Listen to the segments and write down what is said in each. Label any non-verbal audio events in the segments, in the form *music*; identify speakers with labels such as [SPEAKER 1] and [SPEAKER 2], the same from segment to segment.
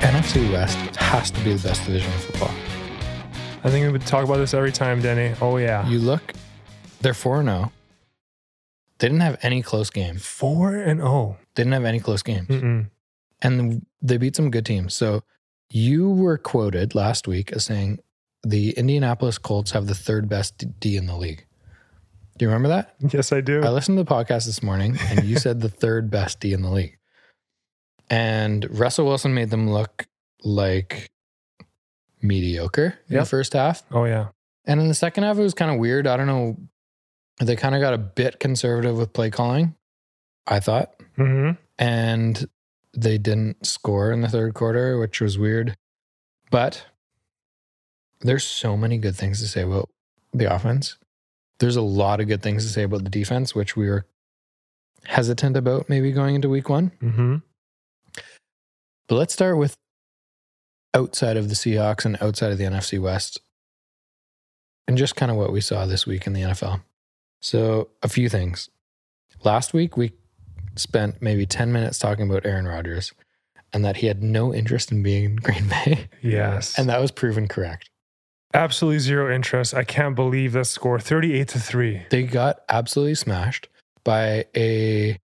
[SPEAKER 1] AFC West has to be the best division of football.
[SPEAKER 2] I think we would talk about this every time, Denny. Oh yeah,
[SPEAKER 1] You look, they're 4 0. They didn't have any close games.
[SPEAKER 2] four and oh.
[SPEAKER 1] They didn't have any close games.
[SPEAKER 2] Mm-mm.
[SPEAKER 1] And they beat some good teams. So you were quoted last week as saying the Indianapolis Colts have the third best D in the league. Do you remember that?
[SPEAKER 2] Yes, I do.
[SPEAKER 1] I listened to the podcast this morning, and you said the third best D in the league. And Russell Wilson made them look like mediocre in the
[SPEAKER 2] Yep.
[SPEAKER 1] first half.
[SPEAKER 2] oh yeah,
[SPEAKER 1] And in the second half, it was kind of weird. I don't know. They kind of got a bit conservative with play calling, I thought.
[SPEAKER 2] hmm
[SPEAKER 1] And they didn't score in the third quarter, which was weird. But there's so many good things to say about the offense. There's a lot of good things to say about the defense, which we were hesitant about maybe going into week one.
[SPEAKER 2] hmm
[SPEAKER 1] But let's start with outside of the Seahawks and outside of the NFC West and just kind of what we saw this week in the NFL. So, a few things. Last week, we spent maybe 10 minutes talking about Aaron Rodgers and that he had no interest in being in Green Bay.
[SPEAKER 2] Yes,
[SPEAKER 1] And that was proven correct.
[SPEAKER 2] absolutely zero interest. I can't believe that score, thirty-eight to three.
[SPEAKER 1] They got absolutely smashed by a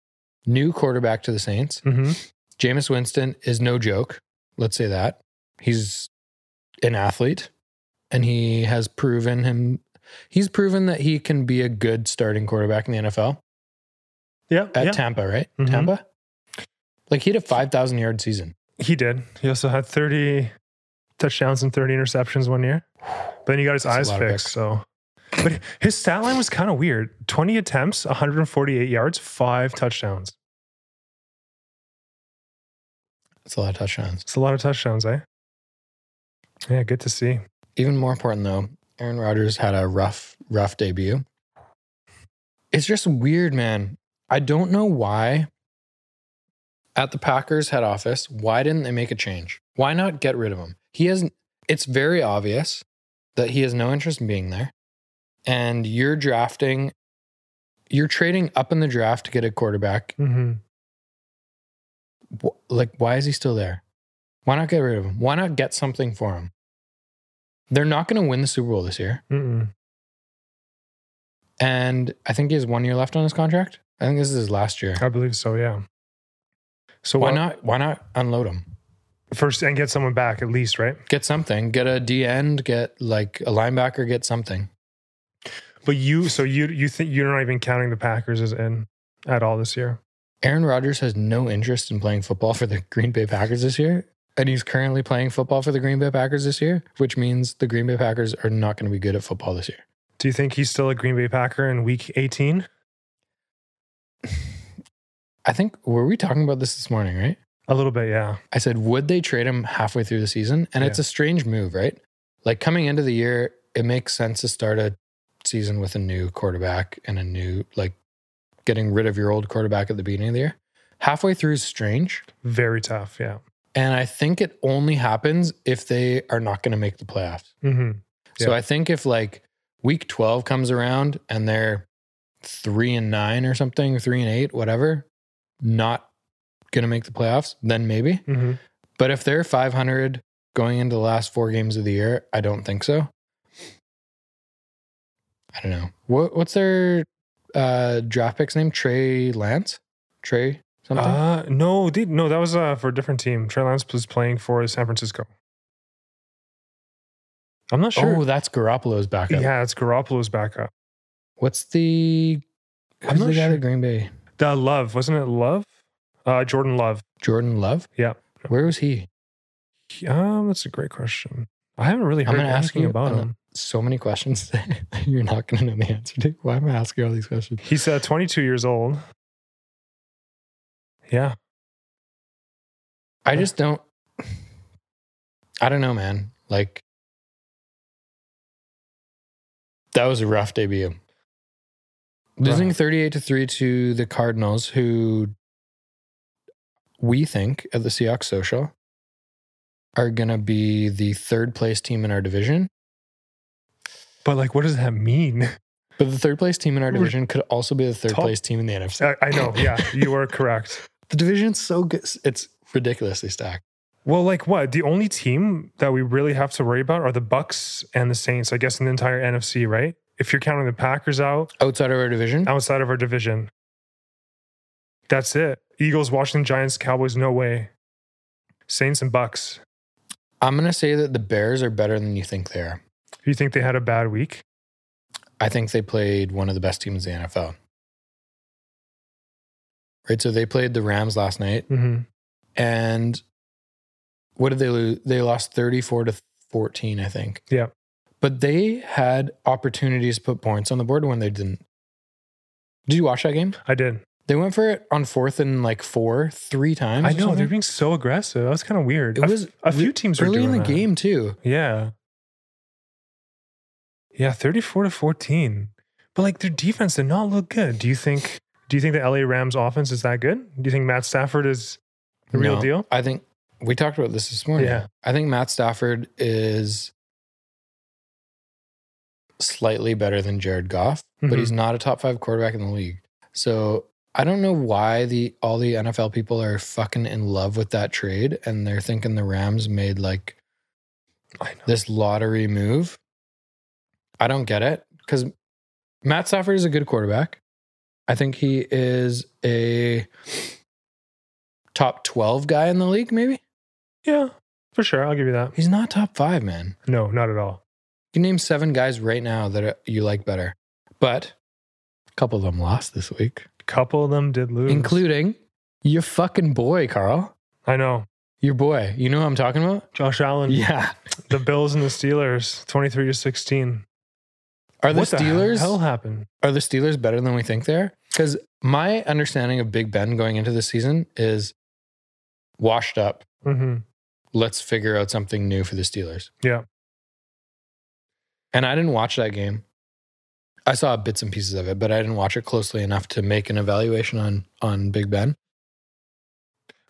[SPEAKER 1] new quarterback to the Saints.
[SPEAKER 2] Mm-hmm.
[SPEAKER 1] Jameis Winston is no joke. Let's say that. He's an athlete and he has proven him he's proven that he can be a good starting quarterback in the NFL
[SPEAKER 2] Yeah,
[SPEAKER 1] at
[SPEAKER 2] yeah.
[SPEAKER 1] Tampa, right?
[SPEAKER 2] Mhm.
[SPEAKER 1] Tampa? Like he had a 5,000 yard season.
[SPEAKER 2] He did. He also had 30 touchdowns and 30 interceptions one year. But then he got his
[SPEAKER 1] That's a
[SPEAKER 2] eyes
[SPEAKER 1] lot of
[SPEAKER 2] fixed.
[SPEAKER 1] picks.
[SPEAKER 2] So, but his stat line was kind of weird 20 attempts, 148 yards, five touchdowns.
[SPEAKER 1] That's a lot of touchdowns.
[SPEAKER 2] It's a lot of touchdowns, eh? Yeah, good to see.
[SPEAKER 1] Even more important though, Aaron Rodgers had a rough rough debut. It's just weird, man. I don't know why at the Packers head office, why didn't they make a change? Why not get rid of him? He has it's very obvious that he has no interest in being there. And you're drafting you're trading up in the draft to get a quarterback.
[SPEAKER 2] hmm
[SPEAKER 1] Wh- Like why is he still there? Why not get rid of him? Why not get something for him? They're not going to win the Super Bowl this year.
[SPEAKER 2] Mm-mm.
[SPEAKER 1] And I think he has one year left on his contract. I think this is his last year.
[SPEAKER 2] I believe so, yeah. So,
[SPEAKER 1] Why
[SPEAKER 2] what-
[SPEAKER 1] not? Why not unload him?
[SPEAKER 2] First, and get someone back at least, right?
[SPEAKER 1] Get something. Get a D end. Get like a linebacker. Get something.
[SPEAKER 2] But you, so you, you think you're not even counting the Packers as in at all this year.
[SPEAKER 1] Aaron Rodgers has no interest in playing football for the *laughs* Green Bay Packers this year, and he's currently playing football for the Green Bay Packers this year, which means the Green Bay Packers are not going to be good at football this year.
[SPEAKER 2] Do you think he's still a Green Bay Packer in week 18?
[SPEAKER 1] I think were we talking about this this morning, right?
[SPEAKER 2] A little bit, yeah.
[SPEAKER 1] I said, would they trade him halfway through the season? And it's
[SPEAKER 2] Yeah.
[SPEAKER 1] a strange move, right? Like coming into the year, it makes sense to start a season with a new quarterback and a new, like getting rid of your old quarterback at the beginning of the year. Halfway through is strange.
[SPEAKER 2] Very tough, yeah.
[SPEAKER 1] And I think it only happens if they are not going to make the playoffs.
[SPEAKER 2] Mm-hmm.
[SPEAKER 1] So
[SPEAKER 2] Yeah.
[SPEAKER 1] I think if like week 12 comes around and they're three and nine or something, three and eight, whatever, not going to make the playoffs, then maybe.
[SPEAKER 2] Mm-hmm.
[SPEAKER 1] But if they're 500 going into the last four games of the year, I don't think so. I don't know. What, what's their uh, draft pick's name? Trey Lance? Trey something?
[SPEAKER 2] Uh, no, dude, no, that was uh, for a different team. Trey Lance was playing for San Francisco. I'm not sure.
[SPEAKER 1] Oh, that's Garoppolo's backup.
[SPEAKER 2] yeah, it's Garoppolo's backup.
[SPEAKER 1] What's the.
[SPEAKER 2] I'm
[SPEAKER 1] Who's
[SPEAKER 2] not
[SPEAKER 1] the guy
[SPEAKER 2] sure.
[SPEAKER 1] at Green Bay?
[SPEAKER 2] The Love, wasn't it Love? Uh, Jordan Love.
[SPEAKER 1] Jordan Love?
[SPEAKER 2] Yeah.
[SPEAKER 1] Where was he?
[SPEAKER 2] Um, that's a great question. I haven't really
[SPEAKER 1] I'm
[SPEAKER 2] heard
[SPEAKER 1] gonna ask
[SPEAKER 2] asking
[SPEAKER 1] you-
[SPEAKER 2] about
[SPEAKER 1] I'm
[SPEAKER 2] him.
[SPEAKER 1] So many questions *laughs* that you're not going to know the answer to. Why am I asking all these questions?
[SPEAKER 2] He's uh, 22 years old. Yeah.
[SPEAKER 1] I just don't. I don't know, man. Like that was a rough debut. Losing
[SPEAKER 2] Rough.
[SPEAKER 1] 38 to 3 to the Cardinals, who we think at the Seahawks Social are going to be the third place team in our division.
[SPEAKER 2] But like, what does that mean? *laughs*
[SPEAKER 1] But the third place team in our
[SPEAKER 2] We're-
[SPEAKER 1] division could also be the third
[SPEAKER 2] Top-
[SPEAKER 1] place team in the NFC. *laughs*
[SPEAKER 2] I, I know. Yeah, you are correct.
[SPEAKER 1] The division's so good. It's ridiculously stacked.
[SPEAKER 2] Well, like what? The only team that we really have to worry about are the Bucks and the Saints, I guess, in the entire NFC, right? If you're counting the Packers out
[SPEAKER 1] Outside of our division,
[SPEAKER 2] outside of our division. That's it. Eagles, Washington, Giants, Cowboys, no way. Saints and Bucks.
[SPEAKER 1] I'm going to say that the Bears are better than you think they are.
[SPEAKER 2] You think they had a bad week?
[SPEAKER 1] I think they played one of the best teams in the NFL. Right. So they played the Rams last night.
[SPEAKER 2] Mm-hmm.
[SPEAKER 1] And what did they lose? They lost 34 to 14, I think.
[SPEAKER 2] Yeah.
[SPEAKER 1] But they had opportunities to put points on the board when they didn't. Did you watch that game?
[SPEAKER 2] I did.
[SPEAKER 1] They went for it on fourth and like four, three times.
[SPEAKER 2] I
[SPEAKER 1] or
[SPEAKER 2] know. They're
[SPEAKER 1] something.
[SPEAKER 2] being so aggressive. That was kind of weird.
[SPEAKER 1] It
[SPEAKER 2] A f-
[SPEAKER 1] was
[SPEAKER 2] a few teams were
[SPEAKER 1] early in the
[SPEAKER 2] doing that.
[SPEAKER 1] game, too.
[SPEAKER 2] Yeah. Yeah, 34 to 14. But like their defense did not look good. Do you think do you think the LA Rams offense is that good? Do you think Matt Stafford is the real
[SPEAKER 1] No,
[SPEAKER 2] deal?
[SPEAKER 1] I think we talked about this this morning.
[SPEAKER 2] Yeah.
[SPEAKER 1] I think Matt Stafford is slightly better than Jared Goff, but
[SPEAKER 2] Mhm.
[SPEAKER 1] he's not a top five quarterback in the league. So I don't know why the all the NFL people are fucking in love with that trade and they're thinking the Rams made like
[SPEAKER 2] I know.
[SPEAKER 1] this lottery move. I don't get it because Matt Stafford is a good quarterback. I think he is a top 12 guy in the league, maybe.
[SPEAKER 2] Yeah, for sure. I'll give you that.
[SPEAKER 1] He's not top five, man.
[SPEAKER 2] No, not at all.
[SPEAKER 1] You can name seven guys right now that are, you like better, but a couple of them lost this week,
[SPEAKER 2] Couple of them did lose.
[SPEAKER 1] including your fucking boy, Carl.
[SPEAKER 2] I know.
[SPEAKER 1] Your boy. You know who I'm talking about?
[SPEAKER 2] Josh Allen,
[SPEAKER 1] Yeah.
[SPEAKER 2] *laughs* the Bills and the Steelers, 23 to 16.
[SPEAKER 1] Are the
[SPEAKER 2] What
[SPEAKER 1] Steelers
[SPEAKER 2] hell happened?
[SPEAKER 1] are the Steelers better than we think they are? Because my understanding of Big Ben going into the season is washed up.
[SPEAKER 2] hmm
[SPEAKER 1] Let's figure out something new for the Steelers.
[SPEAKER 2] Yeah.
[SPEAKER 1] And I didn't watch that game. I saw bits and pieces of it, but I didn't watch it closely enough to make an evaluation on on Big Ben.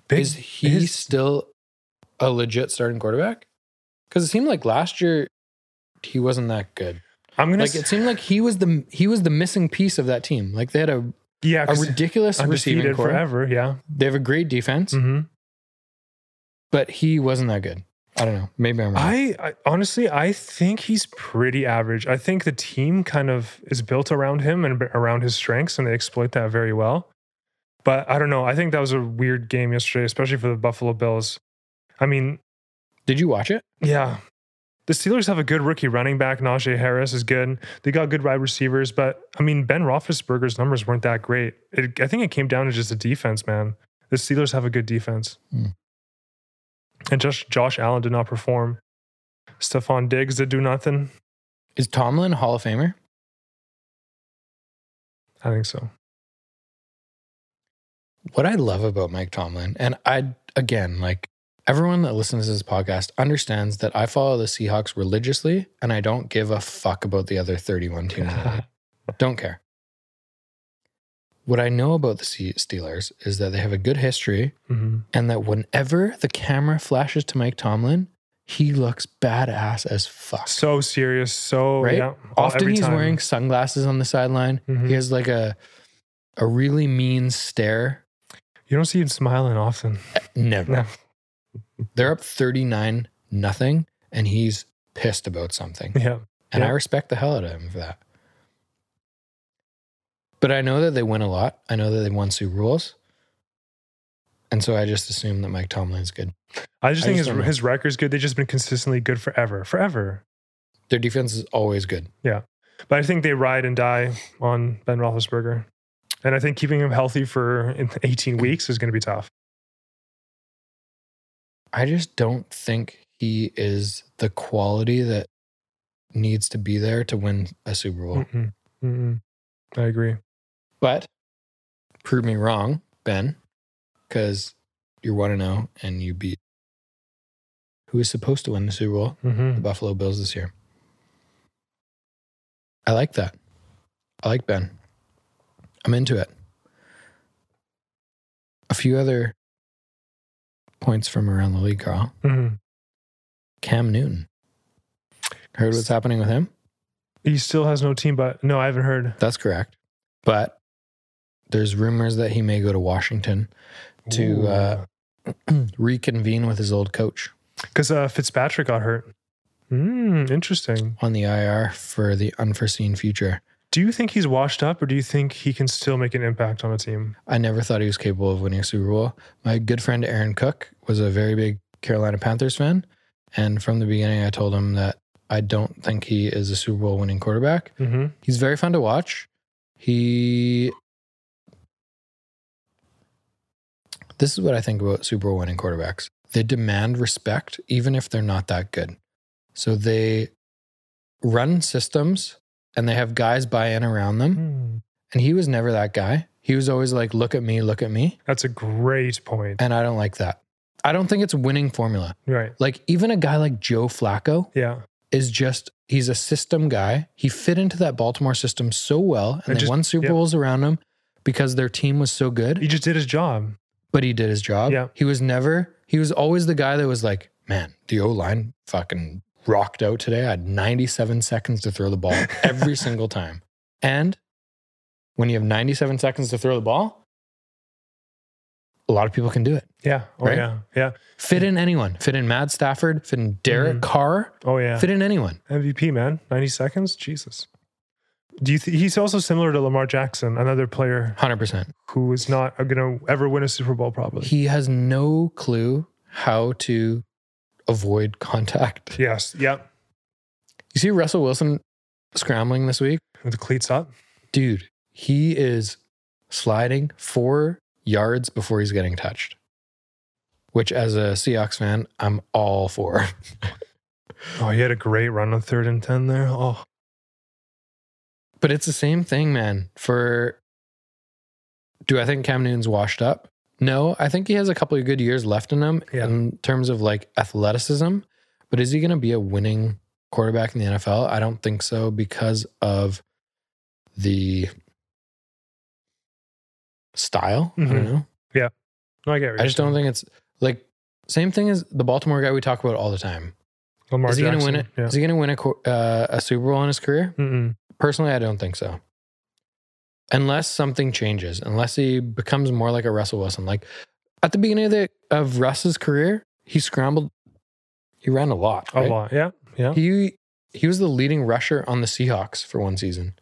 [SPEAKER 2] Big,
[SPEAKER 1] is he
[SPEAKER 2] his-
[SPEAKER 1] still a legit starting quarterback? Because it seemed like last year he wasn't that good.
[SPEAKER 2] I'm gonna
[SPEAKER 1] Like
[SPEAKER 2] say,
[SPEAKER 1] it seemed like he was the he was the missing piece of that team. Like they had a,
[SPEAKER 2] yeah,
[SPEAKER 1] a
[SPEAKER 2] 'cause
[SPEAKER 1] ridiculous receiving
[SPEAKER 2] undefeated
[SPEAKER 1] core.
[SPEAKER 2] forever. Yeah.
[SPEAKER 1] They have a great defense,
[SPEAKER 2] hmm
[SPEAKER 1] but he wasn't that good. I don't know. Maybe I'm wrong.
[SPEAKER 2] I, I honestly, I think he's pretty average. I think the team kind of is built around him and around his strengths, and they exploit that very well. But I don't know. I think that was a weird game yesterday, especially for the Buffalo Bills. I mean,
[SPEAKER 1] Did you watch it?
[SPEAKER 2] yeah, the Steelers have a good rookie running back. Najee Harris is good. They got good wide receivers, but I mean, Ben Roethlisberger's numbers weren't that great. It, I think it came down to just the defense, man. The Steelers have a good defense,
[SPEAKER 1] Hmm.
[SPEAKER 2] and just Josh Allen did not perform. Stephon Diggs did do nothing.
[SPEAKER 1] Is Tomlin a Hall of Famer?
[SPEAKER 2] I think so.
[SPEAKER 1] What I love about Mike Tomlin, and I again like everyone that listens to this podcast understands that I follow the Seahawks religiously, and I don't give a fuck about the other 31
[SPEAKER 2] *laughs*
[SPEAKER 1] teams. in the league. Don't care. What I know about the Se- Steelers is that they have a good history
[SPEAKER 2] Mhm.
[SPEAKER 1] and that whenever the camera flashes to Mike Tomlin, he looks badass as fuck.
[SPEAKER 2] So serious. So
[SPEAKER 1] Right?
[SPEAKER 2] yeah, well,
[SPEAKER 1] Often
[SPEAKER 2] every
[SPEAKER 1] he's
[SPEAKER 2] time.
[SPEAKER 1] wearing sunglasses on the sideline.
[SPEAKER 2] Mhm.
[SPEAKER 1] He has like a a really mean stare.
[SPEAKER 2] You don't see him smiling often. *laughs*
[SPEAKER 1] Never.
[SPEAKER 2] No.
[SPEAKER 1] *laughs* They're up 39 nothing and he's pissed about
[SPEAKER 2] *laughs*
[SPEAKER 1] something.
[SPEAKER 2] Yeah.
[SPEAKER 1] And
[SPEAKER 2] Yeah.
[SPEAKER 1] I respect the hell out of him for that. But I know that they win a lot. I know that they won Super Bowls. And so I just assume that Mike Tomlin's good.
[SPEAKER 2] I just
[SPEAKER 1] I
[SPEAKER 2] think
[SPEAKER 1] just don't know.
[SPEAKER 2] his, his record's good. They've just been consistently good forever, forever.
[SPEAKER 1] Their defense is always good.
[SPEAKER 2] But I think they ride and die on Ben Roethlisberger. And I think keeping him healthy for 18 weeks is going to be tough.
[SPEAKER 1] I just don't think he is the quality that needs to be there to win a Super Bowl.
[SPEAKER 2] Mm-mm. Mm-mm. I agree.
[SPEAKER 1] But prove me wrong, Ben, because you're 1 0 and you beat who is supposed to win the Super Bowl,
[SPEAKER 2] hmm
[SPEAKER 1] the Buffalo Bills this year. I like that. I like Ben. I'm into it. A few other points from around the league, Carl.
[SPEAKER 2] hmm
[SPEAKER 1] Cam Newton. Heard what's happening with him?
[SPEAKER 2] He still has no team, but no, I haven't heard.
[SPEAKER 1] That's correct. But there's rumors that he may go to Washington To,
[SPEAKER 2] Ooh.
[SPEAKER 1] uh, reconvene with his old coach
[SPEAKER 2] because uh, Fitzpatrick got hurt. Mm, interesting.
[SPEAKER 1] on the IR for the unforeseen future.
[SPEAKER 2] Do you think he's washed up, or do you think he can still make an impact on a team?
[SPEAKER 1] I never thought he was capable of winning a Super Bowl. My good friend Aaron Cook was a very big Carolina Panthers fan. And from the beginning, I told him that I don't think he is a Super Bowl winning quarterback.
[SPEAKER 2] hmm
[SPEAKER 1] He's very fun to watch. He. This is what I think about Super Bowl winning quarterbacks. They demand respect, even if they're not that good. So they run systems and they have guys buy in around them.
[SPEAKER 2] Mm. Hmm.
[SPEAKER 1] And he was never that guy. He was always like, look at me, look at me.
[SPEAKER 2] That's a great point.
[SPEAKER 1] And I don't like that. I don't think it's a winning formula.
[SPEAKER 2] Right.
[SPEAKER 1] Like, even a guy like Joe Flacco
[SPEAKER 2] Yeah.
[SPEAKER 1] is just, he's a system guy. He fit into that Baltimore system so well, and,
[SPEAKER 2] And
[SPEAKER 1] they
[SPEAKER 2] just-
[SPEAKER 1] won Super
[SPEAKER 2] yep.
[SPEAKER 1] Bowls around him because their team was so good,
[SPEAKER 2] He just did his job.
[SPEAKER 1] but he did his job.
[SPEAKER 2] Yeah.
[SPEAKER 1] He was never, he was always the guy that was like, man, the O line fucking rocked out today. I had 97 seconds to throw
[SPEAKER 2] *laughs*
[SPEAKER 1] the ball every single time. And when you have 97 seconds to throw the ball, a lot of people can do it.
[SPEAKER 2] Yeah. Oh
[SPEAKER 1] Right?
[SPEAKER 2] yeah. Yeah.
[SPEAKER 1] Fit in anyone. Fit in Mad Stafford. Fit in Derek
[SPEAKER 2] Mhm.
[SPEAKER 1] Carr.
[SPEAKER 2] Oh yeah.
[SPEAKER 1] Fit in anyone.
[SPEAKER 2] MVP man. Ninety seconds. Jesus. Do you? Th- he's also similar to Lamar Jackson, another player
[SPEAKER 1] 100%.
[SPEAKER 2] who is not going to ever win a Super Bowl, probably.
[SPEAKER 1] He has no clue how to avoid contact.
[SPEAKER 2] yes. Yep.
[SPEAKER 1] You see Russell Wilson scrambling this week?
[SPEAKER 2] With the cleats up.
[SPEAKER 1] Dude, he is sliding four yards before he's getting touched, which as a Seahawks fan, I'm all for.
[SPEAKER 2] Oh, he had a great run on third and ten there. Oh,
[SPEAKER 1] But it's the same thing, man. For do I think Cam Newton's washed up? No, I think he has a couple of good years left in him
[SPEAKER 2] Yeah.
[SPEAKER 1] in terms of like athleticism. But is he going to be a winning quarterback in the NFL? I don't think so because of the style. I
[SPEAKER 2] Mhm.
[SPEAKER 1] don't know.
[SPEAKER 2] no, I get. what
[SPEAKER 1] I
[SPEAKER 2] you're
[SPEAKER 1] just don't
[SPEAKER 2] saying.
[SPEAKER 1] think it's like same thing as the Baltimore guy we talk about all the time.
[SPEAKER 2] Lamar
[SPEAKER 1] is he going to
[SPEAKER 2] Jackson,
[SPEAKER 1] win it? Is
[SPEAKER 2] Yeah.
[SPEAKER 1] he going to win a qu- uh, a Super Bowl in his career?
[SPEAKER 2] Mm-mm.
[SPEAKER 1] Personally, I don't think so. Unless something changes, unless he becomes more like a Russell Wilson. Like at the beginning of the of Russ's career, he scrambled, he ran a lot.
[SPEAKER 2] A
[SPEAKER 1] right?
[SPEAKER 2] lot. Yeah. Yeah.
[SPEAKER 1] He he was the leading rusher on the Seahawks for one season.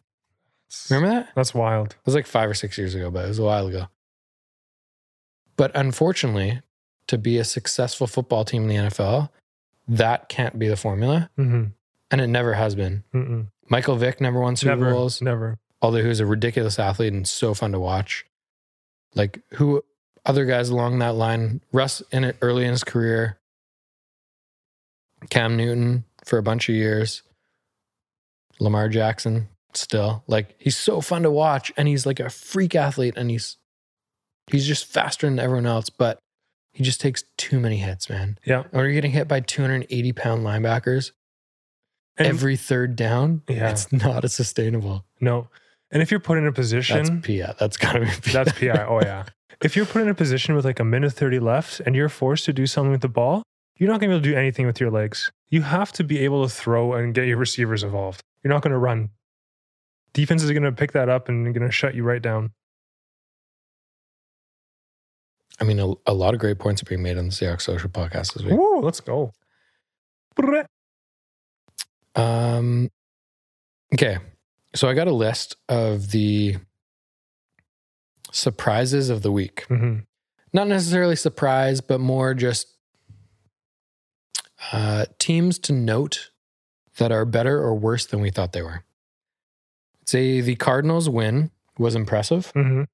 [SPEAKER 1] Remember that? It
[SPEAKER 2] That's wild.
[SPEAKER 1] was like five or six years ago, but it was a while ago. But unfortunately, to be a successful football team in the NFL, that can't be the formula,
[SPEAKER 2] Mm-hmm.
[SPEAKER 1] and it never has been.
[SPEAKER 2] Mm-mm.
[SPEAKER 1] Michael Vick never won Super
[SPEAKER 2] Never.
[SPEAKER 1] Bowls.
[SPEAKER 2] Never.
[SPEAKER 1] although he was a ridiculous athlete and so fun to watch. Like who other guys along that line? Russ in it early in his career, Cam Newton for a bunch of years, Lamar Jackson still. Like he's so fun to watch and he's like a freak athlete and he's he's just faster than everyone else, but he just takes too many hits, man.
[SPEAKER 2] Yeah.
[SPEAKER 1] When you're getting hit by 280 pound linebackers
[SPEAKER 2] And,
[SPEAKER 1] every third down,
[SPEAKER 2] Yeah.
[SPEAKER 1] it's not a sustainable.
[SPEAKER 2] no. And if you're put in a position,
[SPEAKER 1] That's PI. That's gotta be PI.
[SPEAKER 2] that's PI. Oh yeah. If you're put in a position with like a minute thirty left and you're forced to do something with the ball, you're not going to be able to do anything with your legs. You have to be able to throw and get your receivers involved. You're not going to run. Defense is going to pick that up and going to shut you right down.
[SPEAKER 1] *laughs* I mean, a, a lot of great points are being made on the Seahawks social podcast this week.
[SPEAKER 2] Woo, let's go. Brrrr.
[SPEAKER 1] Um, okay, so I got a list of the surprises of the week.
[SPEAKER 2] Mhm.
[SPEAKER 1] Not necessarily surprise, but more just uh, teams to note that are better or worse than we thought they were. Say the Cardinals win was impressive.
[SPEAKER 2] Mhm.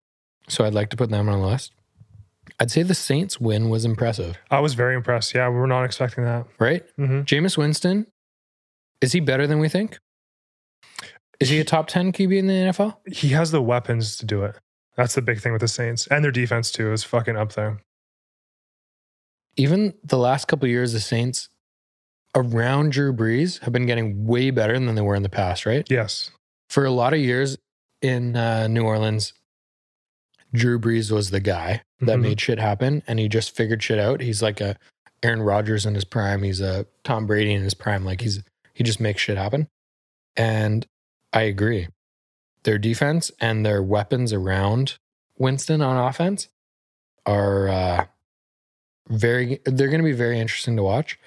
[SPEAKER 1] So I'd like to put them on the list. I'd say the Saints win was impressive,
[SPEAKER 2] I was very impressed. Yeah, we were not expecting that.
[SPEAKER 1] right?
[SPEAKER 2] hmm
[SPEAKER 1] Jameis Winston, is he better than we think? Is he a top 10 QB in the NFL?
[SPEAKER 2] He has the weapons to do it. That's the big thing with the Saints and their defense too is fucking up there.
[SPEAKER 1] Even the last couple of years, the Saints around Drew Brees have been getting way better than they were in the past, right?
[SPEAKER 2] Yes.
[SPEAKER 1] For a lot of years in uh, New Orleans, Drew Brees was the guy that
[SPEAKER 2] Mhm. *laughs*
[SPEAKER 1] made shit happen and he just figured shit out. He's like a Aaron Rodgers in his prime. He's a Tom Brady in his prime. Like he's he just makes shit happen. And I agree. Their defense and their weapons around Winston on offense are uh, very they're going to be very interesting to watch.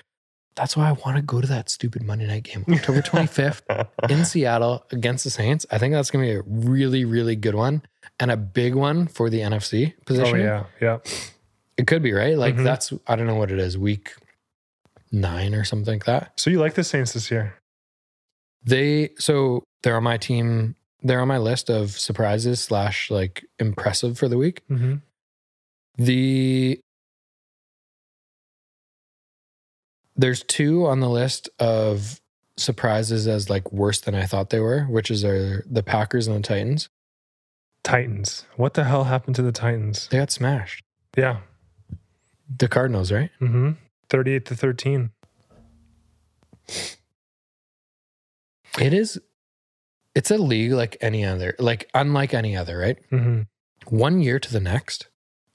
[SPEAKER 1] That's why I want to go to that stupid Monday night game,
[SPEAKER 2] *laughs*
[SPEAKER 1] October 25th in Seattle against the Saints. I think that's going to be a really really good one and a big one for the NFC
[SPEAKER 2] oh
[SPEAKER 1] position.
[SPEAKER 2] yeah, yeah.
[SPEAKER 1] It could be, right? Like
[SPEAKER 2] Mhm.
[SPEAKER 1] that's I don't know what it is, week 9 or something like that.
[SPEAKER 2] So you like the Saints this year?
[SPEAKER 1] They so they're on my team. They're on my list of surprises slash like impressive for the week.
[SPEAKER 2] Mm-hmm.
[SPEAKER 1] The there's two on the list of surprises as like worse than I thought they were, which is are the Packers and the Titans.
[SPEAKER 2] Titans. What the hell happened to the Titans?
[SPEAKER 1] They got smashed.
[SPEAKER 2] Yeah.
[SPEAKER 1] The Cardinals, right?
[SPEAKER 2] Mm-hmm. Thirty-eight to thirteen.
[SPEAKER 1] It is. It's a league like any other, like unlike any other, right?
[SPEAKER 2] Mm-hmm.
[SPEAKER 1] one year to the next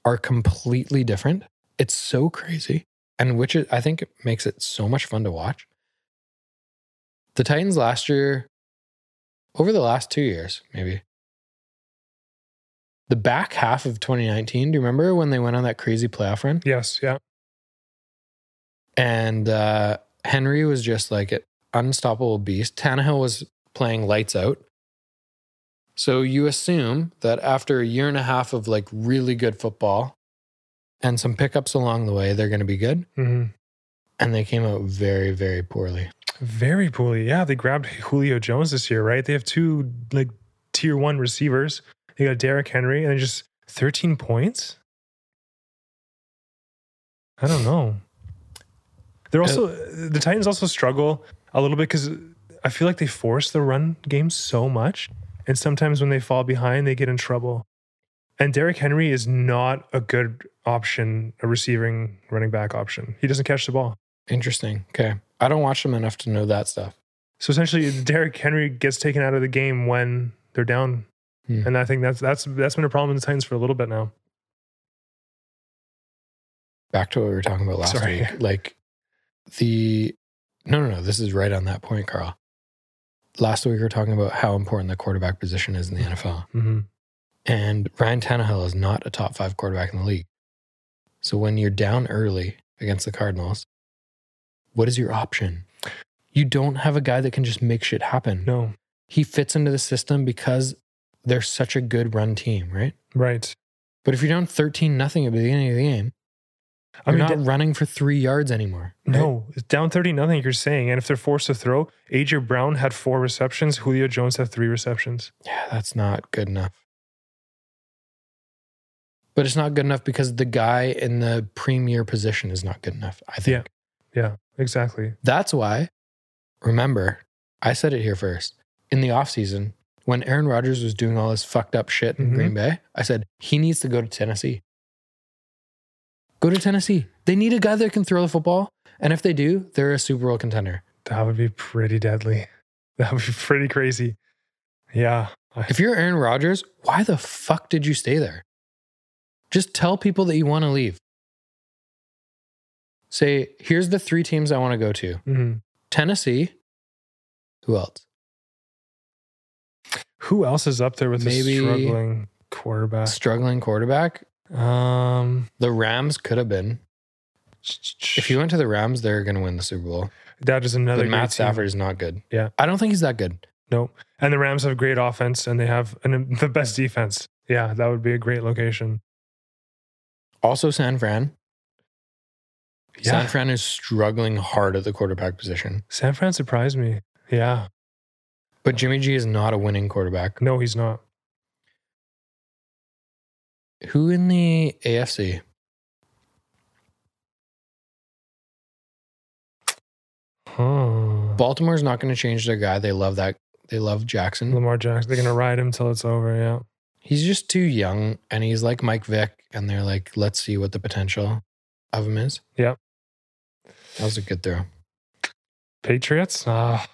[SPEAKER 1] are completely different. It's so crazy. And which it, I think it makes it so much fun to watch. The Titans last year, over the last two years, maybe, the back half of 2019, do you remember when they went on that crazy playoff run?
[SPEAKER 2] Yes. Yeah.
[SPEAKER 1] And uh, Henry was just like an unstoppable beast. Tannehill was playing lights out. So you assume that after a year and a half of like really good football and some pickups along the way, they're going to be good.
[SPEAKER 2] Mm-hmm.
[SPEAKER 1] And they came out very, very poorly.
[SPEAKER 2] Very poorly. Yeah, they grabbed Julio Jones this year, right? They have two like tier one receivers. They got Derrick Henry and just 13 points. I don't know. They're also the Titans also struggle a little bit because I feel like they force the run game so much. And sometimes when they fall behind, they get in trouble. And Derrick Henry is not a good option, a receiving running back option. He doesn't catch the ball.
[SPEAKER 1] Interesting. Okay. I don't watch them enough to know that stuff.
[SPEAKER 2] So essentially, Derrick Henry gets taken out of the game when they're down,
[SPEAKER 1] Hmm.
[SPEAKER 2] and I think that's that's that's been a problem in the Titans for a little bit now.
[SPEAKER 1] Back to what we were talking about last
[SPEAKER 2] Sorry.
[SPEAKER 1] week. Like the, no, no, no. This is right on that point, Carl. Last week we were talking about how important the quarterback position is in the NFL.
[SPEAKER 2] Mm-hmm.
[SPEAKER 1] And Ryan Tannehill is not a top five quarterback in the league. So when you're down early against the Cardinals, what is your option? You don't have a guy that can just make shit happen.
[SPEAKER 2] No,
[SPEAKER 1] He fits into the system because they're such a good run team, right?
[SPEAKER 2] right?
[SPEAKER 1] But if you're down 13 nothing at the beginning of the game,
[SPEAKER 2] I
[SPEAKER 1] you're
[SPEAKER 2] mean,
[SPEAKER 1] not
[SPEAKER 2] da-
[SPEAKER 1] running for three yards anymore. right?
[SPEAKER 2] no, it's down thirty nothing. You're saying, and if they're forced to throw, AJ Brown had four receptions, Julio Jones had three receptions.
[SPEAKER 1] Yeah, that's not good enough. But it's not good enough because the guy in the premier position is not good enough, I think.
[SPEAKER 2] Yeah. Yeah, exactly.
[SPEAKER 1] That's why, remember, I said it here first. In the offseason, when Aaron Rodgers was doing all this fucked up shit in
[SPEAKER 2] Mhm.
[SPEAKER 1] Green Bay, I said, he needs to go to Tennessee. Go to Tennessee. They need a guy that can throw the football. And if they do, they're a Super Bowl contender.
[SPEAKER 2] That would be pretty deadly. *laughs* That would be pretty crazy. Yeah, I-
[SPEAKER 1] If you're Aaron Rodgers, why the fuck did you stay there? Just tell people that you want to leave. Say, here's the three teams I want to go to
[SPEAKER 2] mhm.
[SPEAKER 1] Tennessee. Who else?
[SPEAKER 2] who else is up there with
[SPEAKER 1] Maybe-
[SPEAKER 2] a struggling quarterback?
[SPEAKER 1] Struggling quarterback.
[SPEAKER 2] Um,
[SPEAKER 1] The Rams could have been. If you went to the Rams, they're going to win the Super Bowl.
[SPEAKER 2] that is another
[SPEAKER 1] But
[SPEAKER 2] great team.
[SPEAKER 1] Matt Stafford is not good.
[SPEAKER 2] Yeah.
[SPEAKER 1] I don't think he's that good.
[SPEAKER 2] And the Rams have great offense and they have an, *laughs* the best defense. Yeah, that would be a great location.
[SPEAKER 1] Also, San Fran.
[SPEAKER 2] Yeah.
[SPEAKER 1] San Fran is struggling hard at the quarterback position.
[SPEAKER 2] San Fran surprised me. Yeah.
[SPEAKER 1] But Jimmy G is not a winning quarterback.
[SPEAKER 2] No, he's not.
[SPEAKER 1] Who in the AFC?
[SPEAKER 2] Huh.
[SPEAKER 1] Baltimore's not going to change their guy. They love that. They love Jackson.
[SPEAKER 2] Lamar Jackson, they're going to ride him till it's over. Yeah.
[SPEAKER 1] He's just too young and he's like Mike Vick. And they're like, let's see what the potential of him is.
[SPEAKER 2] Yep.
[SPEAKER 1] That was a good throw.
[SPEAKER 2] Patriots? Ah,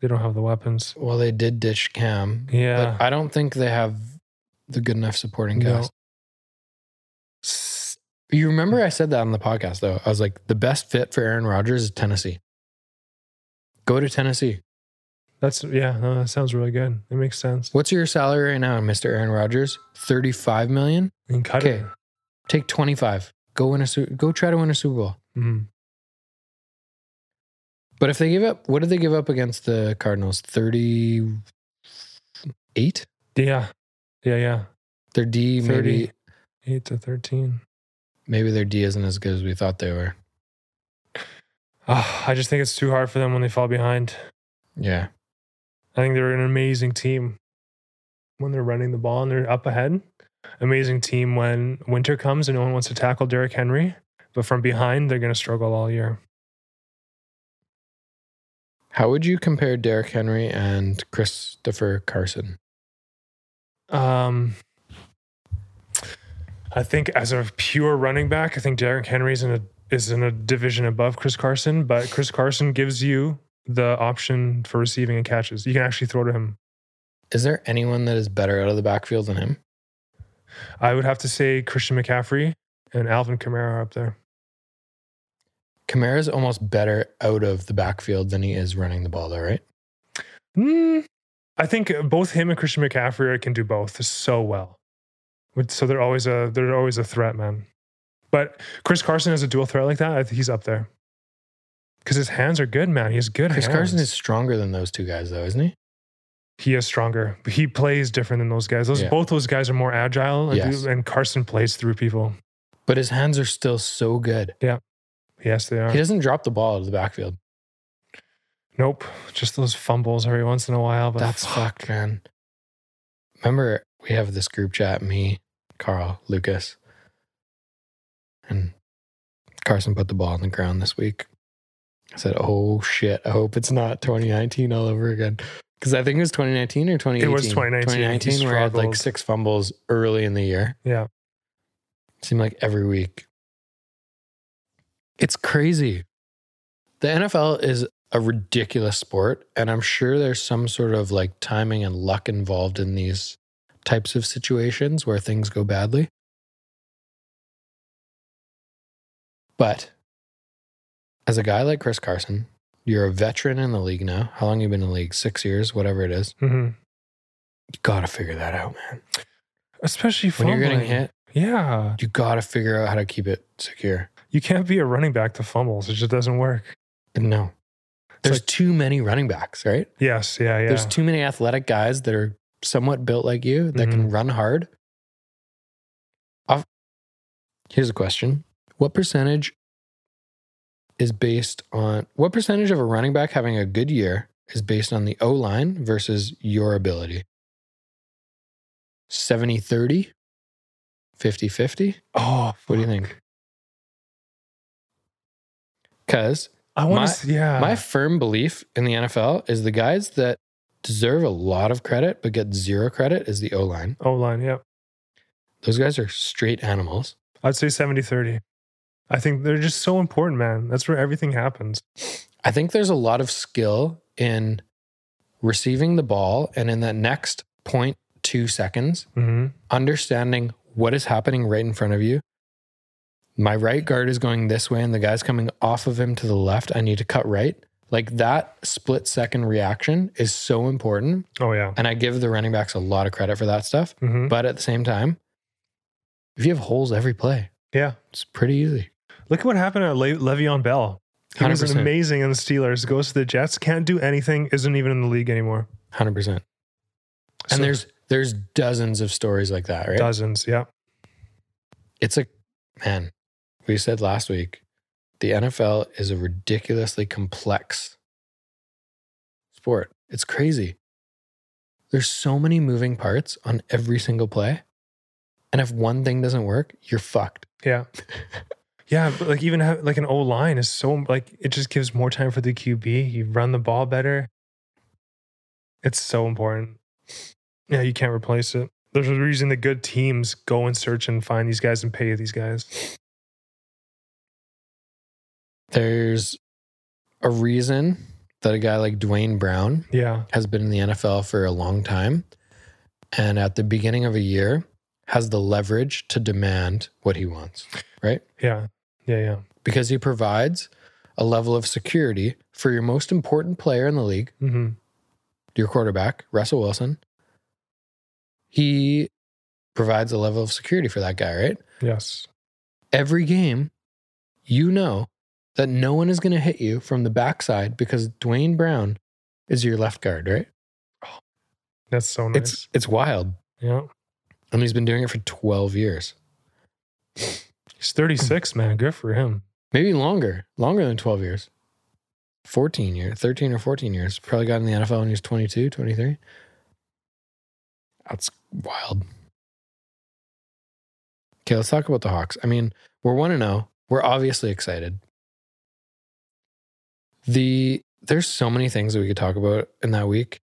[SPEAKER 2] they don't have the weapons.
[SPEAKER 1] Well, they did ditch Cam.
[SPEAKER 2] Yeah.
[SPEAKER 1] But I don't think they have the good enough supporting
[SPEAKER 2] No.
[SPEAKER 1] cast. You remember I said that on the podcast though. I was like, the best fit for Aaron Rodgers is Tennessee. Go to Tennessee.
[SPEAKER 2] That's, yeah, no, that sounds really good. It makes sense.
[SPEAKER 1] What's your salary right now, Mr. Aaron Rodgers? 35 million?
[SPEAKER 2] And cut
[SPEAKER 1] Okay.
[SPEAKER 2] it.
[SPEAKER 1] Take 25. Go win a Su- go try to win a Super Bowl.
[SPEAKER 2] Mhm.
[SPEAKER 1] But if they give up, what did they give up against the Cardinals? 38?
[SPEAKER 2] Yeah. Yeah. Yeah.
[SPEAKER 1] Their D maybe
[SPEAKER 2] 8 to 13.
[SPEAKER 1] maybe their D isn't as good as we thought they were.
[SPEAKER 2] Ah, I just think it's too hard for them when they fall behind.
[SPEAKER 1] Yeah.
[SPEAKER 2] I think they're an amazing team when they're running the ball and they're up ahead. Amazing team when winter comes and no one wants to tackle Derrick Henry, but from behind they're going to struggle all year.
[SPEAKER 1] How would you compare Derrick Henry and Christopher Carson?
[SPEAKER 2] Um, I think as a pure running back, I think Derrick Henry is in a is in a division above Chris Carson, but Chris Carson gives you the option for receiving and catches. You can actually throw to him.
[SPEAKER 1] Is there anyone that is better out of the backfield than him?
[SPEAKER 2] I would have to say Christian McCaffrey and Alvin Kamara are up there.
[SPEAKER 1] Kamara is almost better out of the backfield than he is running the ball, though, right?
[SPEAKER 2] Hmm. I think both him and Christian McCaffrey can do both so well. With- So they're always a they're always a threat, man. But Chris Carson is a dual threat like that. I think he's up there because his hands are good, man. He has good.
[SPEAKER 1] Chris
[SPEAKER 2] hands.
[SPEAKER 1] Carson is stronger than those two guys, though, isn't he?
[SPEAKER 2] he is stronger. But He plays different than those guys. Those
[SPEAKER 1] Yeah.
[SPEAKER 2] both those guys are more agile, and,
[SPEAKER 1] Yes.
[SPEAKER 2] and Carson plays through people.
[SPEAKER 1] But his hands are still so good.
[SPEAKER 2] Yes, they are.
[SPEAKER 1] He doesn't drop the ball out of the backfield.
[SPEAKER 2] Nope, just those fumbles every once in a while. But
[SPEAKER 1] That's fucked, man. Remember, we have this group chat, me, Carl, Lucas. And Carson put the ball on the ground this week. I said, Oh shit, I hope it's not 2019 all over again. Because I think it was 2019 or 2018.
[SPEAKER 2] 2019. He
[SPEAKER 1] 2019, where I had like
[SPEAKER 2] struggled.
[SPEAKER 1] six fumbles early in the year.
[SPEAKER 2] yeah,
[SPEAKER 1] Seemed like every week. It's crazy. The NFL is a ridiculous sport, and I'm sure there's some sort of like timing and luck involved in these types of situations where things go badly. But as a guy like Chris Carson, you're a veteran in the league now. How long you been in the league? Six years, whatever it is.
[SPEAKER 2] hmm
[SPEAKER 1] You gotta figure that out, man.
[SPEAKER 2] especially
[SPEAKER 1] When
[SPEAKER 2] fumbling.
[SPEAKER 1] you're getting hit,
[SPEAKER 2] Yeah,
[SPEAKER 1] you gotta figure out how to keep it secure.
[SPEAKER 2] you can't be a running back to fumbles. It just doesn't work.
[SPEAKER 1] No. There's
[SPEAKER 2] like-
[SPEAKER 1] too many running backs, right?
[SPEAKER 2] Yes, yeah, yeah.
[SPEAKER 1] There's too many athletic guys that are somewhat built like you that
[SPEAKER 2] Mm-hmm.
[SPEAKER 1] can run hard. Off- Here's a question. What percentage is based on what percentage of a running back having a good year is based on the O line versus your ability? 70 30? 50 50?
[SPEAKER 2] oh,
[SPEAKER 1] What do you
[SPEAKER 2] fuck.
[SPEAKER 1] think? Because
[SPEAKER 2] I want
[SPEAKER 1] My-
[SPEAKER 2] to. Yeah,
[SPEAKER 1] my firm belief in the NFL is the guys that deserve a lot of credit but get zero credit is the O line.
[SPEAKER 2] O Oh, line. Yeah,
[SPEAKER 1] Those guys are straight animals.
[SPEAKER 2] I'd say 70-30. I think they're just so important, man. That's where everything happens.
[SPEAKER 1] I think there's a lot of skill in receiving the ball and in that next 0.2 seconds,
[SPEAKER 2] hmm
[SPEAKER 1] understanding what is happening right in front of you. My right guard is going this way and the guy's coming off of him to the left. I need to cut right. Like that split second reaction is so important.
[SPEAKER 2] Oh yeah.
[SPEAKER 1] And I give the running backs a lot of credit for that stuff.
[SPEAKER 2] hmm
[SPEAKER 1] But at the same time, if you have holes every play,
[SPEAKER 2] Yeah.
[SPEAKER 1] it's pretty easy.
[SPEAKER 2] Look at what happened at Le- Le'Veon Bell. He was
[SPEAKER 1] 100%.
[SPEAKER 2] amazing in the Steelers. Goes to the Jets. Can't do anything. Isn't even in the league anymore.
[SPEAKER 1] 100%. And
[SPEAKER 2] So-
[SPEAKER 1] there's there's dozens of stories like that, right?
[SPEAKER 2] dozens. Yeah.
[SPEAKER 1] It's a man. We said last week, the NFL is a ridiculously complex sport. It's crazy. There's so many moving parts on every single play. And if one thing doesn't work, you're fucked.
[SPEAKER 2] Yeah. Yeah, but like even have, like an O line is so like it just gives more time for the QB. You run the ball better. It's so important. Yeah, you can't replace it. There's a reason the good teams go and search and find these guys and pay these guys.
[SPEAKER 1] There's a reason that a guy like Dwayne Brown
[SPEAKER 2] Yeah,
[SPEAKER 1] has been in the NFL for a long time and at the beginning of a year has the leverage to demand what he wants
[SPEAKER 2] yeah, yeah, yeah.
[SPEAKER 1] because he provides a level of security for your most important player in the league,
[SPEAKER 2] hmm
[SPEAKER 1] your quarterback, Russell Wilson. He provides a level of security for that guy, right?
[SPEAKER 2] Yes.
[SPEAKER 1] every game, you know that no one is going to hit you from the backside because Dwayne Brown is your left guard, right?
[SPEAKER 2] That's so nice.
[SPEAKER 1] It's it's wild.
[SPEAKER 2] yeah.
[SPEAKER 1] And he's been doing it for 12 years.
[SPEAKER 2] He's
[SPEAKER 1] Mm.
[SPEAKER 2] 36, man. Good for him.
[SPEAKER 1] Maybe longer, longer than 12 years. 14 years, 13 or 14 years. Probably got in the NFL when he was 22, 23. That's wild. Okay, let's talk about the Hawks. I mean, we're 1 0. We're obviously excited. The there's so many things that we could talk about in that week.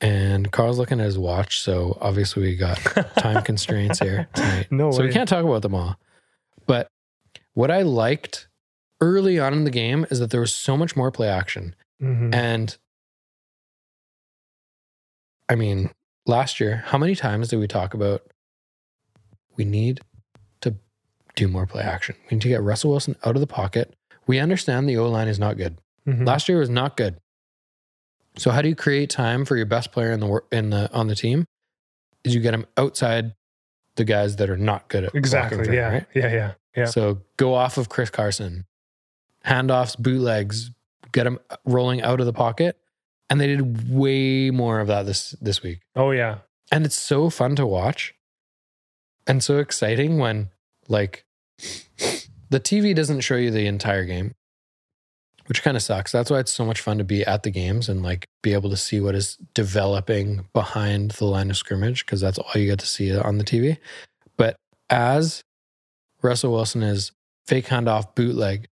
[SPEAKER 1] And Carl's looking at his watch, so obviously we got *laughs* time constraints here tonight.
[SPEAKER 2] *laughs* No
[SPEAKER 1] So
[SPEAKER 2] way.
[SPEAKER 1] we can't talk about them all. But what I liked early on in the game is that there was so much more play action.
[SPEAKER 2] Mhm.
[SPEAKER 1] And I mean, last year, how many times did we talk about we need to do more play action? We need to get Russell Wilson out of the pocket. We understand the O line is not good.
[SPEAKER 2] Mhm.
[SPEAKER 1] Last year was not good. So how do you create time for your best player in the wor- in the on the team? Is you get them outside the guys that are not good at blocking for
[SPEAKER 2] Exactly.
[SPEAKER 1] him,
[SPEAKER 2] Yeah.
[SPEAKER 1] right?
[SPEAKER 2] Yeah. Yeah. Yeah.
[SPEAKER 1] So go off of Chris Carson, handoffs, bootlegs, get them rolling out of the pocket, and they did way more of that this this week.
[SPEAKER 2] oh, yeah.
[SPEAKER 1] And it's so fun to watch, and so exciting when like the TV doesn't show you the entire game, which kind of sucks. That's why it's so much fun to be at the games and like be able to see what is developing behind the line of scrimmage because that's all you get to see on the TV. But as Russell Wilson is fake handoff bootleg,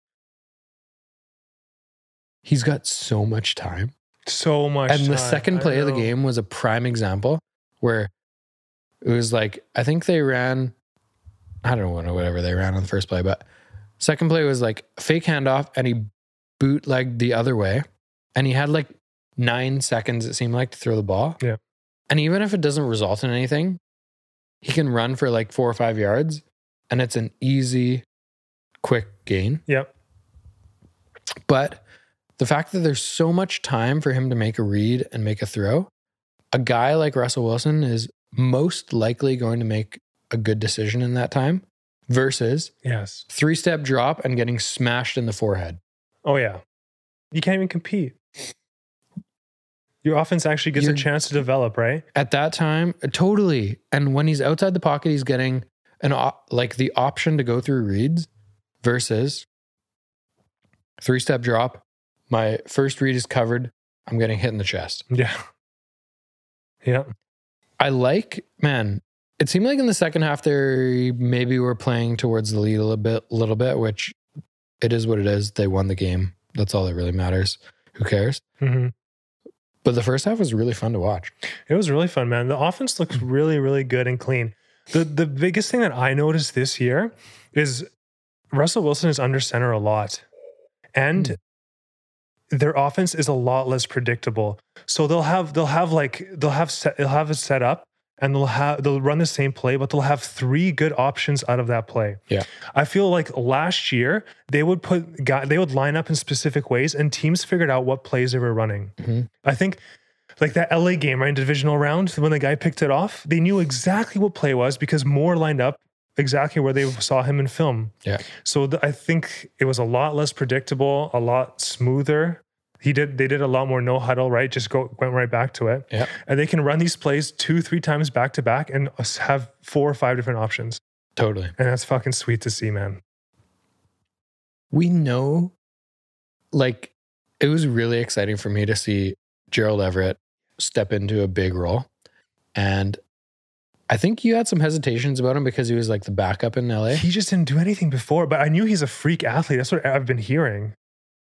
[SPEAKER 1] he's got so much time.
[SPEAKER 2] So much.
[SPEAKER 1] And the
[SPEAKER 2] time.
[SPEAKER 1] second
[SPEAKER 2] I
[SPEAKER 1] play of the
[SPEAKER 2] know.
[SPEAKER 1] game was a prime example where it was like I think they ran I don't know whatever they ran on the first play, but second play was like fake handoff and he bootlegged the other way. And he had like nine seconds, it seemed like, to throw the ball.
[SPEAKER 2] Yeah.
[SPEAKER 1] And even if it doesn't result in anything, he can run for like four or five yards and it's an easy, quick gain.
[SPEAKER 2] Yep.
[SPEAKER 1] But the fact that there's so much time for him to make a read and make a throw, a guy like Russell Wilson is most likely going to make a good decision in that time versus
[SPEAKER 2] Yes.
[SPEAKER 1] three step drop and getting smashed in the forehead.
[SPEAKER 2] Oh, yeah. You can't even compete. Your offense actually gets
[SPEAKER 1] You're-
[SPEAKER 2] a chance to develop, right?
[SPEAKER 1] At that time, totally. And when he's outside the pocket, he's getting an op- like the option to go through reads versus three step drop. My first read is covered. I'm getting hit in the chest.
[SPEAKER 2] Yeah. Yeah.
[SPEAKER 1] I like, man, it seemed like in the second half they maybe were playing towards the lead a little bit, little bit, which it is what it is. They won the game. That's all that really matters. Who cares?
[SPEAKER 2] hmm
[SPEAKER 1] But the first half was really fun to watch.
[SPEAKER 2] It was really fun, man. The offense looks really, really good and clean. The the biggest thing that I noticed this year is Russell Wilson is under center a lot. And their offense is a lot less predictable. So they'll have they'll have like they'll have set, they'll have it set up and they'll have they'll run the same play, but they'll have three good options out of that play.
[SPEAKER 1] Yeah.
[SPEAKER 2] I feel like last year they would put guy they would line up in specific ways and teams figured out what plays they were running.
[SPEAKER 1] Mhm.
[SPEAKER 2] I think like that LA game, right? in Divisional round, when the guy picked it off, they knew exactly what play was because Moore lined up exactly where they saw him in film.
[SPEAKER 1] Yeah.
[SPEAKER 2] So th- I think it was a lot less predictable, a lot smoother. He did. They did a lot more no huddle, right? Just go went right back to it.
[SPEAKER 1] Yeah.
[SPEAKER 2] And they can run these plays two, three times back to back, and us have four or five different options.
[SPEAKER 1] Totally.
[SPEAKER 2] And that's fucking sweet to see, man.
[SPEAKER 1] We know, like, it was really exciting for me to see Gerald Everett step into a big role. And I think you had some hesitations about him because he was like the backup in LA.
[SPEAKER 2] He just didn't do anything before, but I knew he's a freak athlete. That's what I've been hearing.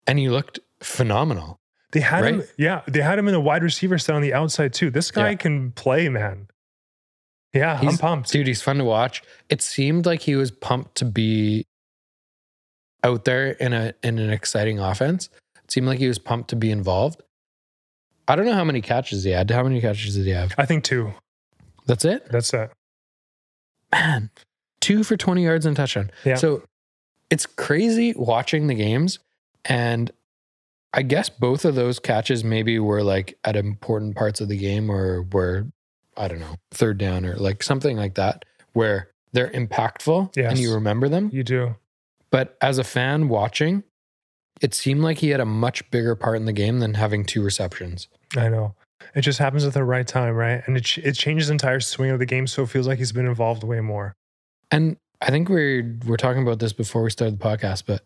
[SPEAKER 1] And he looked phenomenal.
[SPEAKER 2] They had him.
[SPEAKER 1] Right?
[SPEAKER 2] Yeah, they had him in the wide receiver set on the outside too. This guy
[SPEAKER 1] Yeah.
[SPEAKER 2] can play, man. Yeah, I'm
[SPEAKER 1] He's-
[SPEAKER 2] pumped.
[SPEAKER 1] Dude, he's fun to watch. It seemed like he was pumped to be out there in a in an exciting offense. It seemed like he was pumped to be involved. I don't know how many catches he had. How many catches did he have?
[SPEAKER 2] I think two.
[SPEAKER 1] That's it?
[SPEAKER 2] That's it.
[SPEAKER 1] Man. *clears throat* Two for 20 yards and a touchdown.
[SPEAKER 2] Yeah.
[SPEAKER 1] So it's crazy watching the games. And I guess both of those catches maybe were like at important parts of the game or were, I don't know, third down or like something like that, where They're impactful
[SPEAKER 2] Yes.
[SPEAKER 1] and you remember them.
[SPEAKER 2] You do.
[SPEAKER 1] But as a fan watching, it seemed like he had a much bigger part in the game than having two receptions.
[SPEAKER 2] I know. It just happens at the right time, right? And it, ch- it changes the entire swing of the game. So it feels like he's been involved way more.
[SPEAKER 1] And I think we're we're talking about this before we started the podcast, but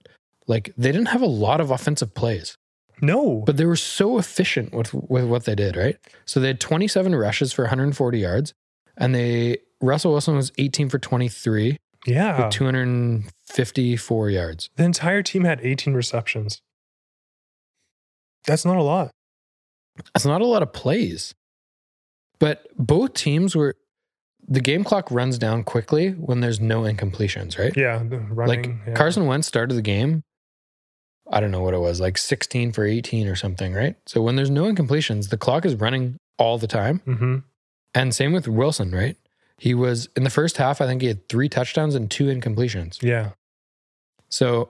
[SPEAKER 1] like they didn't have a lot of offensive plays,
[SPEAKER 2] No.
[SPEAKER 1] but they were so efficient with with what they did, right? So they had 27 rushes for 140 yards, and they Russell Wilson was 18 for 23
[SPEAKER 2] yeah.
[SPEAKER 1] with 254 yards.
[SPEAKER 2] the entire team had 18 receptions. That's not a lot.
[SPEAKER 1] That's not a lot of plays. But both teams were the game clock runs down quickly when there's no incompletions, right?
[SPEAKER 2] Yeah. The running.
[SPEAKER 1] like
[SPEAKER 2] yeah.
[SPEAKER 1] Carson Wentz started the game. I don't know what it was, like 16 for 18 or something, right? So when there's no incompletions, the clock is running all the time.
[SPEAKER 2] hmm
[SPEAKER 1] And same with Wilson, right? He was in the first half, I think he had three touchdowns and two incompletions.
[SPEAKER 2] Yeah.
[SPEAKER 1] So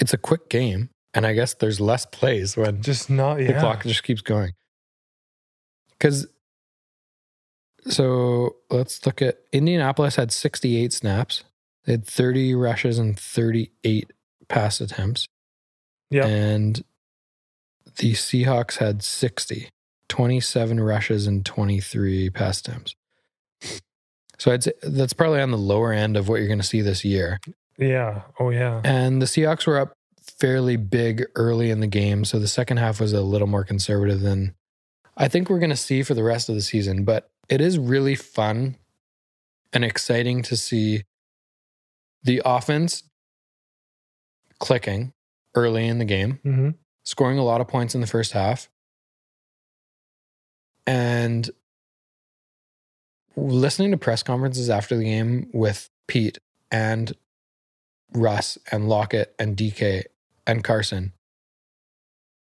[SPEAKER 1] it's a quick game. And I guess there's less plays when
[SPEAKER 2] Just not. Yeah.
[SPEAKER 1] the clock just keeps going. Because, so let's look at Indianapolis had 68 snaps. They had 30 rushes and 38 pass attempts.
[SPEAKER 2] Yep.
[SPEAKER 1] And the Seahawks had 60, 27 rushes and 23 pass attempts. So I'd say that's probably on the lower end of what you're going to see this year.
[SPEAKER 2] Yeah. Oh, yeah.
[SPEAKER 1] And the Seahawks were up fairly big early in the game. So the second half was a little more conservative than I think we're going to see for the rest of the season. But it is really fun and exciting to see the offense clicking early in the game
[SPEAKER 2] hmm
[SPEAKER 1] scoring a lot of points in the first half and listening to press conferences after the game with Pete and Russ and Lockett and DK and Carson.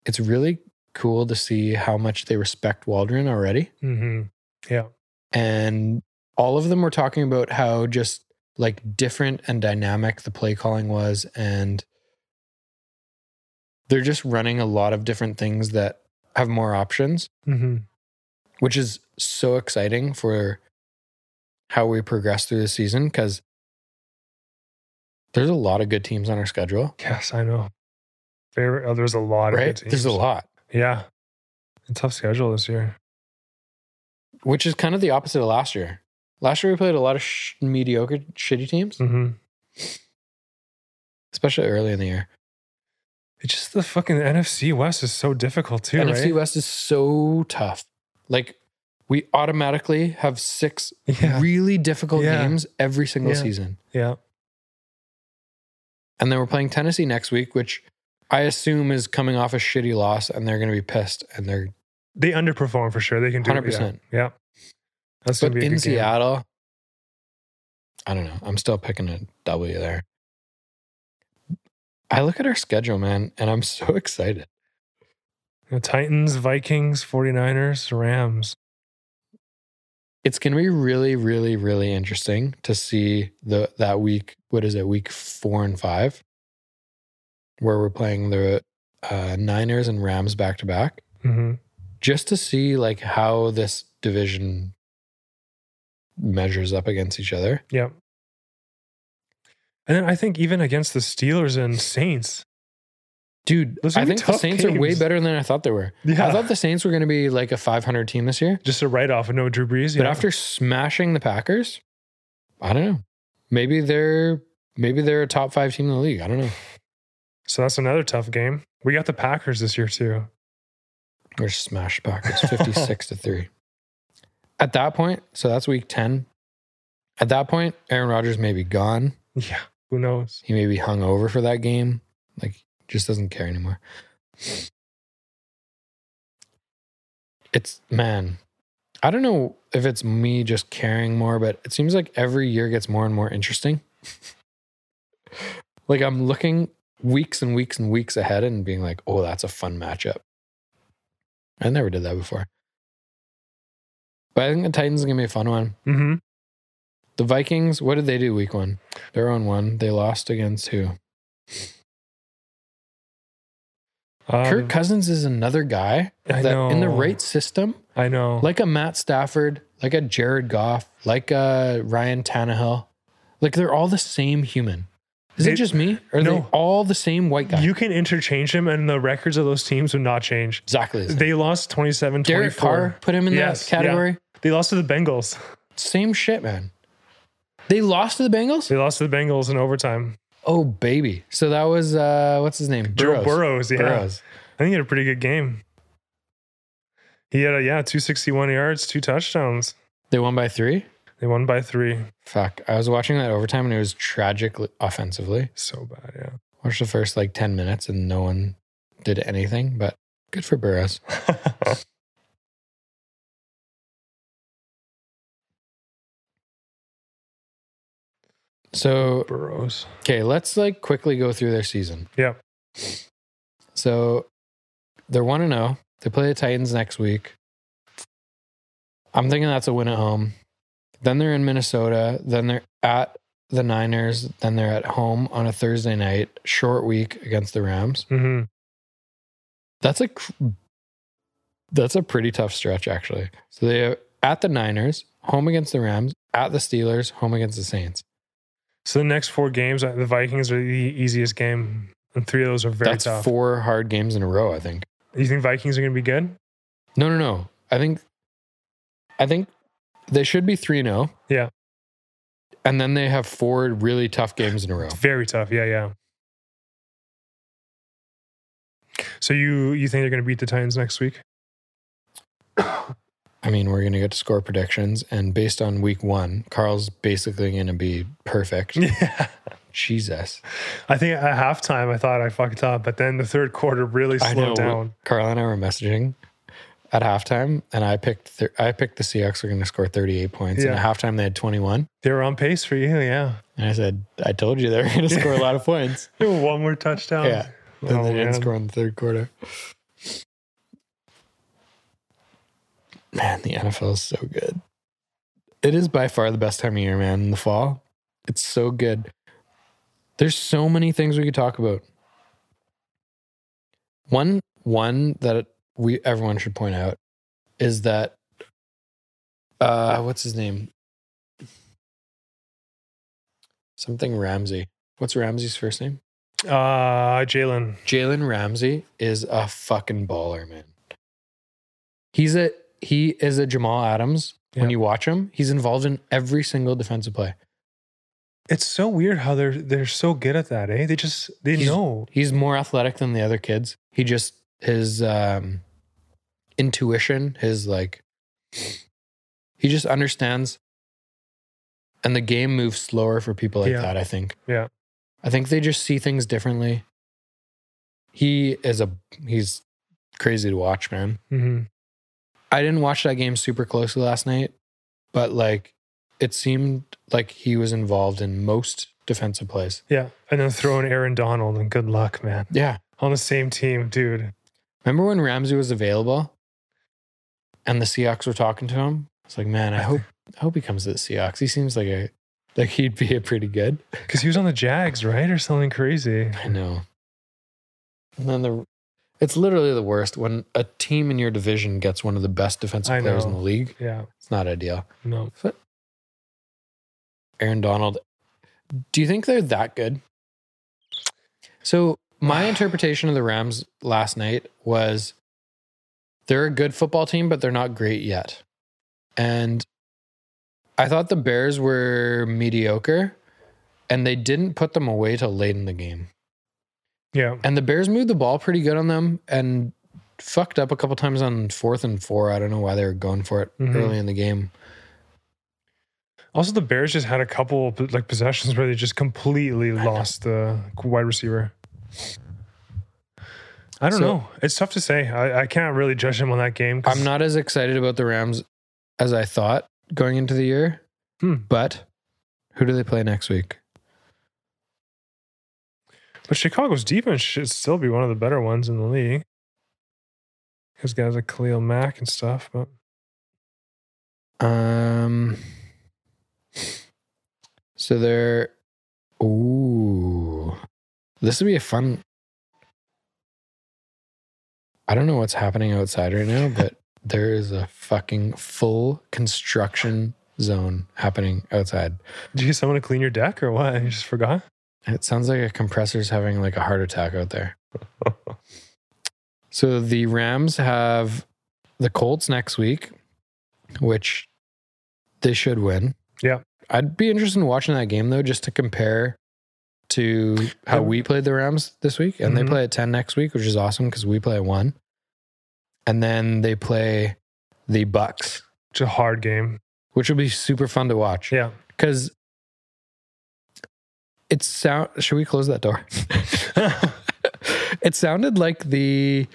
[SPEAKER 1] It's really cool to see how much they respect Waldron already.
[SPEAKER 2] hmm Yeah.
[SPEAKER 1] And all of them were talking about how just like different and dynamic the play calling was. And they're just running a lot of different things that have more options,
[SPEAKER 2] hmm
[SPEAKER 1] which is so exciting for how we progress through the season because there's a lot of good teams on our schedule,
[SPEAKER 2] Yes, I know. Favorite. Oh, there's a lot of good
[SPEAKER 1] right?
[SPEAKER 2] teams.
[SPEAKER 1] There's a lot,
[SPEAKER 2] Yeah. A tough schedule this year.
[SPEAKER 1] which is kind of the opposite of last year. Last year, we played a lot of sh- mediocre, shitty teams,
[SPEAKER 2] hmm
[SPEAKER 1] especially early in the year.
[SPEAKER 2] It's just the fucking NFC West is so difficult too,
[SPEAKER 1] NFC
[SPEAKER 2] right?
[SPEAKER 1] West is so tough. Like we automatically have six
[SPEAKER 2] Yeah.
[SPEAKER 1] really difficult
[SPEAKER 2] Yeah.
[SPEAKER 1] games every single
[SPEAKER 2] Yeah.
[SPEAKER 1] season.
[SPEAKER 2] Yeah.
[SPEAKER 1] And then we're playing Tennessee next week, which I assume is coming off a shitty loss and they're going to be pissed and they're
[SPEAKER 2] They underperform for sure. They can do it. Yeah.
[SPEAKER 1] 100%.
[SPEAKER 2] yeah. That's
[SPEAKER 1] but
[SPEAKER 2] gonna be a
[SPEAKER 1] in
[SPEAKER 2] good game.
[SPEAKER 1] Seattle I don't know. I'm still picking a W there. I look at our schedule, man, and I'm *laughs* so excited.
[SPEAKER 2] You know, Titans, Vikings, 49ers, Rams.
[SPEAKER 1] It's going to be really really really interesting to see the that week what is it week 4 and 5 where we're playing the uh, Niners and Rams back to back,
[SPEAKER 2] hmm
[SPEAKER 1] just to see like how this division measures up against each other.
[SPEAKER 2] Yep. And then I think even against the Steelers and Saints.
[SPEAKER 1] Dude,
[SPEAKER 2] Those are
[SPEAKER 1] I
[SPEAKER 2] gonna be
[SPEAKER 1] think the
[SPEAKER 2] tough
[SPEAKER 1] Saints are way
[SPEAKER 2] games. Ah.
[SPEAKER 1] better than I thought they were.
[SPEAKER 2] Yeah.
[SPEAKER 1] I thought the Saints were going to be like a 500 team this year,
[SPEAKER 2] uh, just a write off and no Drew Brees.
[SPEAKER 1] but
[SPEAKER 2] yeah.
[SPEAKER 1] after smashing the Packers, I don't know. Maybe they're maybe they're a top five team in the league. I don't know.
[SPEAKER 2] so that's another tough game. We got the Packers this year too.
[SPEAKER 1] We're smashed Packers 56 to 3. At that point, so that's week 10. At that point, Aaron Rodgers may be gone.
[SPEAKER 2] Yeah. Who knows?
[SPEAKER 1] He may be hung over for that game. Like just doesn't care anymore. It's man. I don't know if it's me just caring more, but it seems like every year gets more and more interesting. *laughs* like I'm looking weeks and weeks and weeks ahead and being like, "Oh, that's a fun matchup." I never did that before. But I think the Titans is going to be a fun one.
[SPEAKER 2] Mm-hmm.
[SPEAKER 1] The Vikings, what did they do week one? Their own one. They lost against who?
[SPEAKER 2] Um,
[SPEAKER 1] Kirk Cousins is another guy
[SPEAKER 2] I
[SPEAKER 1] that in the
[SPEAKER 2] know.
[SPEAKER 1] right system,
[SPEAKER 2] I know.
[SPEAKER 1] like a Matt Stafford, like a Jared Goff, like a Ryan Tannehill. Like they're all the same human. Is it,
[SPEAKER 2] It-
[SPEAKER 1] just me? Are they
[SPEAKER 2] no.
[SPEAKER 1] all the same white guy?
[SPEAKER 2] You can interchange him, and the records of those teams would not change.
[SPEAKER 1] exactly. the same.
[SPEAKER 2] They lost 27
[SPEAKER 1] Derek
[SPEAKER 2] 24.
[SPEAKER 1] Carr put him in
[SPEAKER 2] Yes,
[SPEAKER 1] that category.
[SPEAKER 2] They lost to the Bengals.
[SPEAKER 1] Same shit, man. They lost to the Bengals?
[SPEAKER 2] They lost to the Bengals in overtime.
[SPEAKER 1] Oh baby. So that was uh what's his name?
[SPEAKER 2] Joe Burrows, yeah.
[SPEAKER 1] Burrows.
[SPEAKER 2] I think he had a pretty good game. He had, a, yeah, 261 yards, two touchdowns.
[SPEAKER 1] They won by three?
[SPEAKER 2] They won by three.
[SPEAKER 1] Fuck. I was watching that overtime and it was tragic offensively.
[SPEAKER 2] So bad, yeah.
[SPEAKER 1] Watched the first like 10 minutes and no one did anything, but good for Burrows. So,
[SPEAKER 2] Burrows.
[SPEAKER 1] okay, let's like quickly go through their season.
[SPEAKER 2] Yeah.
[SPEAKER 1] So they're 1 and 0. They play the Titans next week. I'm thinking that's a win at home. Then they're in Minnesota. Then they're at the Niners. Then they're at home on a Thursday night, short week against the Rams.
[SPEAKER 2] hmm
[SPEAKER 1] That's a cr- that's a pretty tough stretch, actually. So they are at the Niners, home against the Rams, at the Steelers, home against the Saints.
[SPEAKER 2] So the next four games, uh, the Vikings are the easiest game, and three of those are very
[SPEAKER 1] that's
[SPEAKER 2] tough.
[SPEAKER 1] four hard games in a row, I think.
[SPEAKER 2] You think Vikings are going to be good?
[SPEAKER 1] No, no, no. I think I think they should be 3-0.
[SPEAKER 2] Yeah.
[SPEAKER 1] And then they have four really tough games in a row.
[SPEAKER 2] Very tough. Yeah, yeah. So you you think they're going to beat the Titans next week?
[SPEAKER 1] I mean, we're going to get to score predictions and based on week 1, Carl's basically going to be
[SPEAKER 2] *laughs*
[SPEAKER 1] perfect.
[SPEAKER 2] Yeah.
[SPEAKER 1] *laughs* Jesus.
[SPEAKER 2] I think at halftime I thought I fucked up, but then the third quarter really
[SPEAKER 1] I know.
[SPEAKER 2] slowed down.
[SPEAKER 1] Carl and I were messaging at halftime, and I picked th- I picked the Seahawks were going to score 38 points, and
[SPEAKER 2] Yeah.
[SPEAKER 1] at halftime they had 21.
[SPEAKER 2] They were on pace for you, yeah.
[SPEAKER 1] And I said, I told you they
[SPEAKER 2] *laughs*
[SPEAKER 1] were going to score a lot of points.
[SPEAKER 2] One more touchdown.
[SPEAKER 1] Yeah. Then
[SPEAKER 2] Oh,
[SPEAKER 1] they didn't
[SPEAKER 2] man.
[SPEAKER 1] score in the third quarter. Man, the NFL is so good. It is by far the best time of year, man. In the fall, it's so good. There's so many things we could talk about. One one that we everyone should point out is that uh what's his name? Something Ramsey. What's Ramsey's first name?
[SPEAKER 2] Uh Jalen.
[SPEAKER 1] Jalen Ramsey is a fucking baller, man. He's a he is a Jamal Adams. When
[SPEAKER 2] Yeah.
[SPEAKER 1] you watch him, he's involved in every single defensive play.
[SPEAKER 2] It's so weird how they're they're so good at that, eh? They just they
[SPEAKER 1] He's-
[SPEAKER 2] know.
[SPEAKER 1] He's more athletic than the other kids. He just his um intuition, his like he just understands and the game moves slower for people like
[SPEAKER 2] Yeah.
[SPEAKER 1] that, I think.
[SPEAKER 2] Yeah.
[SPEAKER 1] I think they just see things differently. He is a he's crazy to watch, man.
[SPEAKER 2] hmm
[SPEAKER 1] I didn't watch that game super closely last night, but like it seemed like he was involved in most defensive plays.
[SPEAKER 2] Yeah. And then throw in Aaron Donald and good luck, man.
[SPEAKER 1] Yeah.
[SPEAKER 2] On the same team, dude.
[SPEAKER 1] Remember when Ramsey was available and the Seahawks were talking to him? It's like, man, I hope I hope he comes to the Seahawks. He seems like a like he'd be a pretty good.
[SPEAKER 2] Because he was on the Jags, right? Or something crazy.
[SPEAKER 1] I know. And then the it's literally the worst when a team in your division gets one of the best
[SPEAKER 2] I
[SPEAKER 1] defensive players in
[SPEAKER 2] know.
[SPEAKER 1] the league.
[SPEAKER 2] Yeah.
[SPEAKER 1] It's not ideal.
[SPEAKER 2] No.
[SPEAKER 1] Aaron Donald. Do you think they're that good? So, my interpretation of the Rams last night was they're a good football team, but they're not great yet. And I thought the Bears were mediocre and they didn't put them away till late in the game.
[SPEAKER 2] Yeah.
[SPEAKER 1] And the Bears moved the ball pretty good on them and fucked up a couple times on fourth and four. I don't know why they were going for it
[SPEAKER 2] Mhm.
[SPEAKER 1] early in the game.
[SPEAKER 2] Also, the Bears just had a couple like possessions where they just completely lost the wide receiver. I don't
[SPEAKER 1] So-
[SPEAKER 2] know. It's tough to say. I, I can't really judge him on that game. 'cause-
[SPEAKER 1] I'm not as excited about the Rams as I thought going into the year.
[SPEAKER 2] Hmm.
[SPEAKER 1] But who do they play next week?
[SPEAKER 2] But Chicago's defense should still be one of the better ones in the league. Because guys like Khalil Mack and stuff. But
[SPEAKER 1] Um So they're ooh. This would be a fun I don't know what's happening outside right now, but There is a fucking full construction zone happening outside.
[SPEAKER 2] Gee, someone to clean your deck or what? You just forgot?
[SPEAKER 1] It sounds like a compressor's having like a heart attack out there. so the Rams have the Colts next week, which they should win.
[SPEAKER 2] Yeah.
[SPEAKER 1] I'd be interested in watching that game though, just to compare to how
[SPEAKER 2] Yeah.
[SPEAKER 1] we played the Rams this week. And
[SPEAKER 2] Mhm.
[SPEAKER 1] they play at 10 next week, which is awesome because we play at one. And then they play the Bucks,
[SPEAKER 2] It's a hard game.
[SPEAKER 1] which will be super fun to watch.
[SPEAKER 2] Yeah.
[SPEAKER 1] Because it sound should we close
[SPEAKER 2] *laughs*
[SPEAKER 1] that door? it sounded like the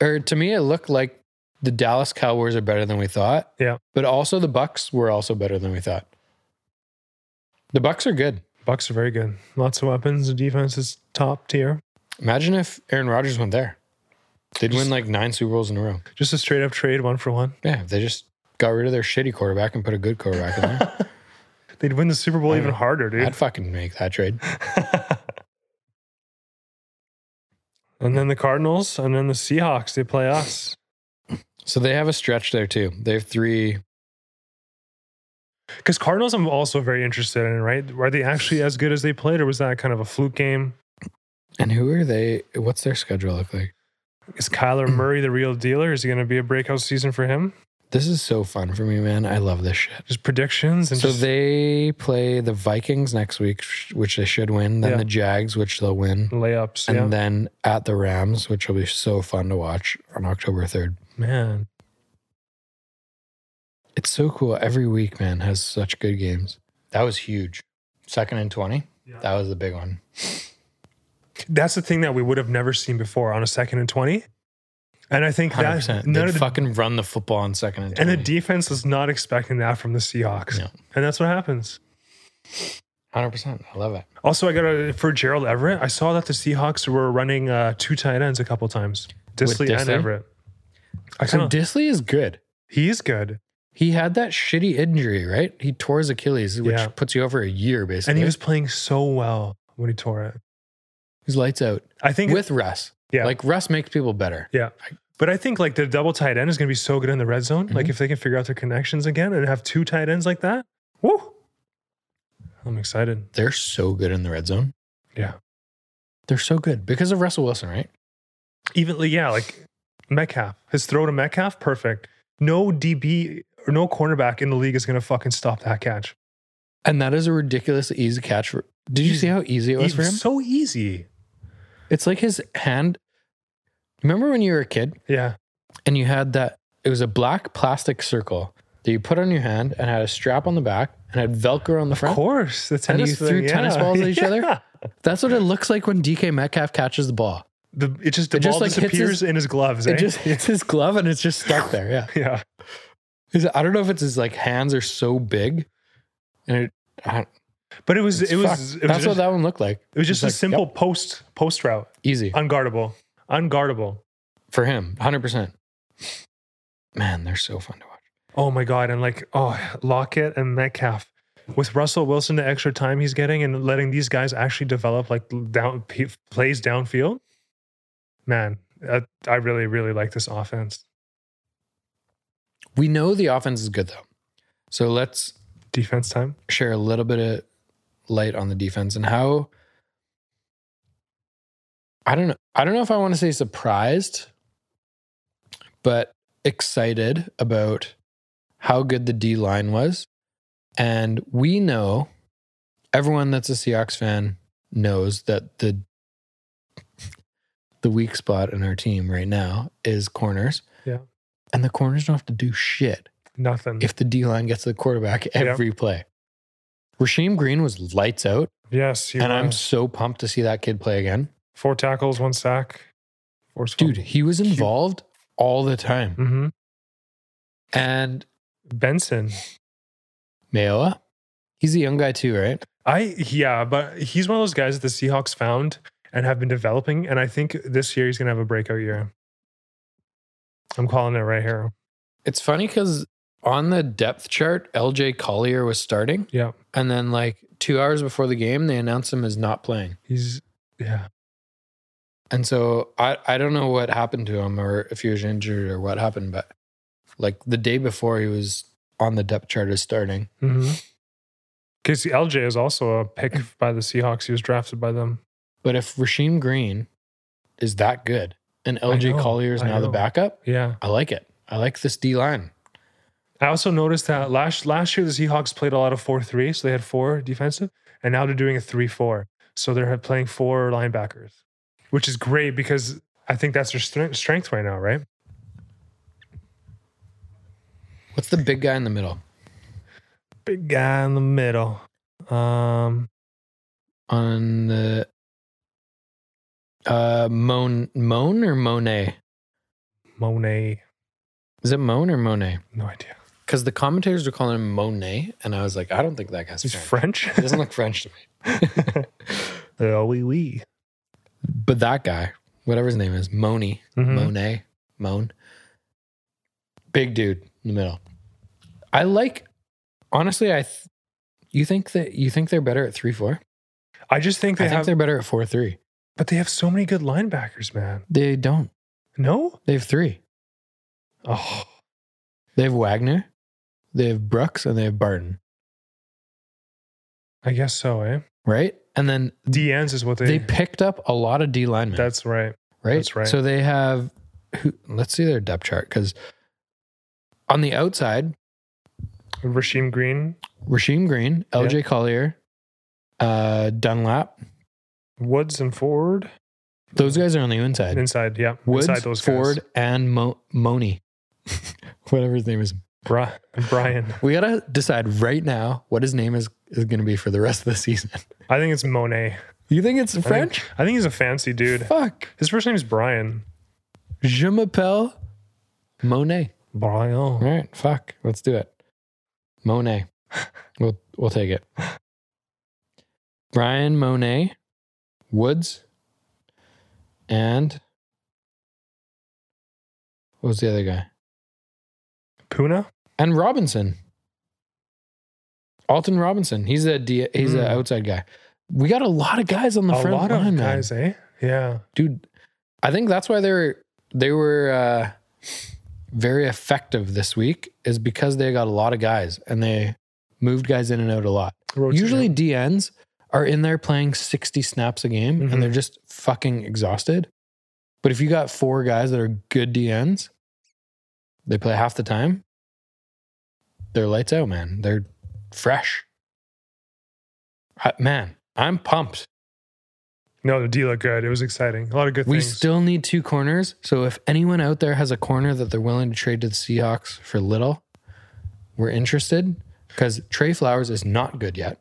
[SPEAKER 1] or to me it looked like the Dallas Cowboys are better than we thought.
[SPEAKER 2] Yeah.
[SPEAKER 1] But also the Bucks were also better than we thought. The Bucks are good.
[SPEAKER 2] Bucks are very good. Lots of weapons. The defense is top tier.
[SPEAKER 1] Imagine if Aaron Rodgers went there. They'd
[SPEAKER 2] Just-
[SPEAKER 1] win like nine Super Bowls in a row.
[SPEAKER 2] Just a straight up trade, one for one.
[SPEAKER 1] Yeah, if they just got rid of their shitty quarterback and put a good quarterback in there.
[SPEAKER 2] They'd win the Super Bowl
[SPEAKER 1] I
[SPEAKER 2] even
[SPEAKER 1] know.
[SPEAKER 2] harder, *laughs* dude.
[SPEAKER 1] I'd fucking make that trade.
[SPEAKER 2] *laughs* and then the Cardinals and then the Seahawks, they play us.
[SPEAKER 1] So they have a stretch there too. They have three.
[SPEAKER 2] Because Cardinals, I'm also very interested in, right? Are they actually as good as they played, or was that kind of a fluke game?
[SPEAKER 1] And who are they? What's their schedule look like?
[SPEAKER 2] Is Kyler
[SPEAKER 1] Mm.
[SPEAKER 2] Murray the real deal, or is it going to be a breakout season for him?
[SPEAKER 1] This is so fun for me, man. I love this shit.
[SPEAKER 2] Just predictions and
[SPEAKER 1] So
[SPEAKER 2] just,
[SPEAKER 1] they play the Vikings next week, sh- which they should win. Then
[SPEAKER 2] Yeah.
[SPEAKER 1] the Jags, which they'll win.
[SPEAKER 2] layups.
[SPEAKER 1] And
[SPEAKER 2] yeah,
[SPEAKER 1] then at the Rams, which will be so fun to watch on October 3rd.
[SPEAKER 2] man,
[SPEAKER 1] It's so cool. Every week, man, has such good games. That was huge. Second and 20. That was the big one.
[SPEAKER 2] that's the thing that we would have never seen before on a second and twenty. And I think
[SPEAKER 1] 100%.
[SPEAKER 2] that
[SPEAKER 1] They
[SPEAKER 2] none of the
[SPEAKER 1] fucking run the football on second and
[SPEAKER 2] and
[SPEAKER 1] 20.
[SPEAKER 2] the defense was not expecting that from the Seahawks,
[SPEAKER 1] No.
[SPEAKER 2] and that's what happens.
[SPEAKER 1] 100%. I love it.
[SPEAKER 2] Also, I got a for Gerald Everett. I saw that the Seahawks were running uh, two tight ends a couple times, Disley, and
[SPEAKER 1] Disley?
[SPEAKER 2] Everett. I
[SPEAKER 1] So
[SPEAKER 2] kind of
[SPEAKER 1] Disley is good.
[SPEAKER 2] he is good,
[SPEAKER 1] He had that shitty injury, right? He tore his Achilles, which
[SPEAKER 2] Yeah.
[SPEAKER 1] puts you over a year basically.
[SPEAKER 2] and he was playing so well when he tore it.
[SPEAKER 1] He's lights out
[SPEAKER 2] I think
[SPEAKER 1] with Russ.
[SPEAKER 2] Yeah.
[SPEAKER 1] Like Russ makes people better.
[SPEAKER 2] But I think like the double tight end is going to be so good in the red zone. Like
[SPEAKER 1] Mhm.
[SPEAKER 2] if they can figure out their connections again and have two tight ends like that, woo! I'm excited.
[SPEAKER 1] They're so good in the red zone.
[SPEAKER 2] Yeah.
[SPEAKER 1] They're so good because of Russell Wilson, right?
[SPEAKER 2] Even like, yeah, like Metcalf, his throw to Metcalf, perfect. No DB or no cornerback in the league is going to fucking stop that catch.
[SPEAKER 1] And that is a ridiculously easy catch. For, did you
[SPEAKER 2] Easy.
[SPEAKER 1] see how easy it was
[SPEAKER 2] It's
[SPEAKER 1] for him?
[SPEAKER 2] E so easy.
[SPEAKER 1] it's like his hand. Remember when you were a kid
[SPEAKER 2] Yeah,
[SPEAKER 1] and you had that? It was a black plastic circle that you put on your hand and had a strap on the back and had Velcro on the
[SPEAKER 2] of
[SPEAKER 1] front.
[SPEAKER 2] course. The
[SPEAKER 1] And you
[SPEAKER 2] tennis
[SPEAKER 1] threw
[SPEAKER 2] thing,
[SPEAKER 1] tennis
[SPEAKER 2] yeah.
[SPEAKER 1] balls at each other?
[SPEAKER 2] *laughs* Yeah.
[SPEAKER 1] That's what it looks like when DK Metcalf catches the ball.
[SPEAKER 2] The, it just the
[SPEAKER 1] It just,
[SPEAKER 2] ball
[SPEAKER 1] like, hits his-
[SPEAKER 2] disappears in his gloves. eh?
[SPEAKER 1] *laughs* It just hits his glove and it's just stuck there. Yeah.
[SPEAKER 2] *laughs* yeah.
[SPEAKER 1] Is it- I don't know if it's his like hands are so big, and it, I,
[SPEAKER 2] But it was
[SPEAKER 1] it's
[SPEAKER 2] it was
[SPEAKER 1] fucked.
[SPEAKER 2] it was
[SPEAKER 1] that's
[SPEAKER 2] just,
[SPEAKER 1] what that one looked like.
[SPEAKER 2] it was just a
[SPEAKER 1] like,
[SPEAKER 2] simple post post route,
[SPEAKER 1] Easy
[SPEAKER 2] unguardable, unguardable.
[SPEAKER 1] for him, hundred percent. Man, they're so fun to watch.
[SPEAKER 2] Oh my god! And like, oh, Lockett and Metcalf with Russell Wilson, the extra time he's getting, and letting these guys actually develop like down p- plays downfield. Man, I, I really really like this offense.
[SPEAKER 1] We know the offense is good though, so let's
[SPEAKER 2] Defense time.
[SPEAKER 1] share a little bit of light on the defense and how. I don't know. I don't know if I want to say surprised, but excited about how good the D line was. And we know everyone that's a Seahawks fan knows that the the weak spot in our team right now is corners.
[SPEAKER 2] Yeah.
[SPEAKER 1] And the corners don't have to do shit
[SPEAKER 2] Nothing.
[SPEAKER 1] if the D line gets to the quarterback *laughs* every play. Rasheem Green was lights out,
[SPEAKER 2] yes, he
[SPEAKER 1] and I'm
[SPEAKER 2] was. Oh,
[SPEAKER 1] so pumped to see that kid play again.
[SPEAKER 2] four tackles, one sack, four
[SPEAKER 1] Dude, he was involved all the time.
[SPEAKER 2] Mm-hmm.
[SPEAKER 1] And
[SPEAKER 2] Benson.
[SPEAKER 1] Mayoa, he's a young guy too, right?
[SPEAKER 2] I yeah, but he's one of those guys that the Seahawks found and have been developing, and I think this year he's gonna have a breakout year. I'm calling it right here.
[SPEAKER 1] It's funny because on the depth chart, LJ Collier was starting,
[SPEAKER 2] Yeah,
[SPEAKER 1] and then like two hours before the game, they announced him as not playing.
[SPEAKER 2] he's yeah.
[SPEAKER 1] And so I, I don't know what happened to him or if he was injured or what happened, but Like the day before, he was on the depth chart as starting.
[SPEAKER 2] Mm-hmm. Casey LJ is also a pick by the Seahawks. He was drafted by them.
[SPEAKER 1] But if Rasheem Green is that good and
[SPEAKER 2] I
[SPEAKER 1] LJ
[SPEAKER 2] know,
[SPEAKER 1] Collier is
[SPEAKER 2] I
[SPEAKER 1] now the
[SPEAKER 2] know.
[SPEAKER 1] backup,
[SPEAKER 2] Yeah.
[SPEAKER 1] I like it. I like this D line.
[SPEAKER 2] I also noticed that last last year the Seahawks played a lot of four three, so they had four defensive, and now they're doing a three four. So they're playing four linebackers, which is great because I think that's their strength, strength right now, right?
[SPEAKER 1] What's the big guy in the middle?
[SPEAKER 2] Big guy in the middle. Um,
[SPEAKER 1] On the uh Moan Moan or Monet?
[SPEAKER 2] Monet.
[SPEAKER 1] Is it Moan or Monet?
[SPEAKER 2] No idea.
[SPEAKER 1] Because the commentators were calling him Monet, and I was like, I don't think that guy's
[SPEAKER 2] He's
[SPEAKER 1] French. *laughs*
[SPEAKER 2] French. *laughs*
[SPEAKER 1] He doesn't look French to me.
[SPEAKER 2] oh, wee wee.
[SPEAKER 1] But that guy, whatever his name is, Moni,
[SPEAKER 2] Mm-hmm.
[SPEAKER 1] Monet, Moan, big dude in the middle. I like, honestly, I. Th- you think that you think they're better at three four?
[SPEAKER 2] I just think
[SPEAKER 1] I
[SPEAKER 2] they
[SPEAKER 1] think
[SPEAKER 2] have,
[SPEAKER 1] they're better at four three.
[SPEAKER 2] but they have so many good linebackers, man.
[SPEAKER 1] They don't.
[SPEAKER 2] No.
[SPEAKER 1] They have three.
[SPEAKER 2] Oh,
[SPEAKER 1] They have Wagner, they have Brooks, and they have Barton.
[SPEAKER 2] I guess so. Eh.
[SPEAKER 1] Right, and then
[SPEAKER 2] DNs is what they.
[SPEAKER 1] they picked up a lot of D linemen.
[SPEAKER 2] that's right.
[SPEAKER 1] right?
[SPEAKER 2] That's right.
[SPEAKER 1] So they have, who, let's see their depth chart because on the outside,
[SPEAKER 2] Rasheem Green,
[SPEAKER 1] Rasheem Green, LJ Collier, uh, Dunlap,
[SPEAKER 2] Woods, and Ford.
[SPEAKER 1] those guys are on the inside.
[SPEAKER 2] Inside, yeah.
[SPEAKER 1] Woods,
[SPEAKER 2] Inside those
[SPEAKER 1] Ford,
[SPEAKER 2] guys.
[SPEAKER 1] and Mo- Moni, *laughs* whatever his name is.
[SPEAKER 2] Bri- Brian.
[SPEAKER 1] We gotta decide right now what his name is is gonna be for the rest of the *laughs* season.
[SPEAKER 2] I think it's Monet.
[SPEAKER 1] You think it's French?
[SPEAKER 2] I think he's a fancy dude.
[SPEAKER 1] Fuck.
[SPEAKER 2] His first name is Brian.
[SPEAKER 1] Je m'appelle Monet. All
[SPEAKER 2] Brian.
[SPEAKER 1] right, fuck. Let's do it. Monet. We'll we'll take it. Brian Monet, Woods, and what was the other guy?
[SPEAKER 2] Puna?
[SPEAKER 1] And Robinson. Alton Robinson. He's a D, he's an
[SPEAKER 2] Mm.
[SPEAKER 1] outside guy. We got a lot of guys on the
[SPEAKER 2] A
[SPEAKER 1] front
[SPEAKER 2] lot
[SPEAKER 1] line,
[SPEAKER 2] of
[SPEAKER 1] man.
[SPEAKER 2] guys, eh? Yeah.
[SPEAKER 1] dude. I think that's why they were they were uh, very effective this week is because they got a lot of guys and they moved guys in and out a lot.
[SPEAKER 2] Rotating.
[SPEAKER 1] Usually DNs are in there playing 60 snaps a game
[SPEAKER 2] Mhm.
[SPEAKER 1] and they're just fucking exhausted. But if you got four guys that are good DNs, they play half the time. They're lights out, man. They're fresh. I- man, I'm pumped.
[SPEAKER 2] No, the D looked good. It was exciting. A lot of good
[SPEAKER 1] We
[SPEAKER 2] things.
[SPEAKER 1] still need two corners. So if anyone out there has a corner that they're willing to trade to the Seahawks for little, we're interested because Trey Flowers is not good yet.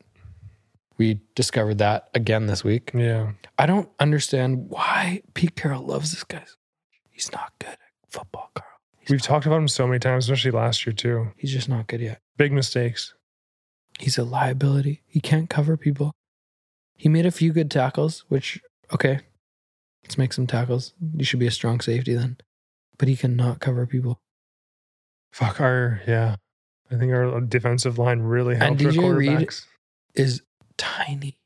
[SPEAKER 1] We discovered that again this week.
[SPEAKER 2] yeah.
[SPEAKER 1] I don't understand why Pete Carroll loves this guy. so much. He's not good at football, Carl. He's,
[SPEAKER 2] We've
[SPEAKER 1] not-
[SPEAKER 2] talked about him so many times, especially last year, too.
[SPEAKER 1] he's just not good yet.
[SPEAKER 2] Big mistakes.
[SPEAKER 1] He's a liability. He can't cover people. He made a few good tackles, which, okay, let's make some tackles. You should be a strong safety then. But he cannot cover people.
[SPEAKER 2] Fuck our, yeah. I think our defensive line really
[SPEAKER 1] And
[SPEAKER 2] helped our
[SPEAKER 1] DJ Reed-
[SPEAKER 2] quarterbacks.
[SPEAKER 1] Is tiny.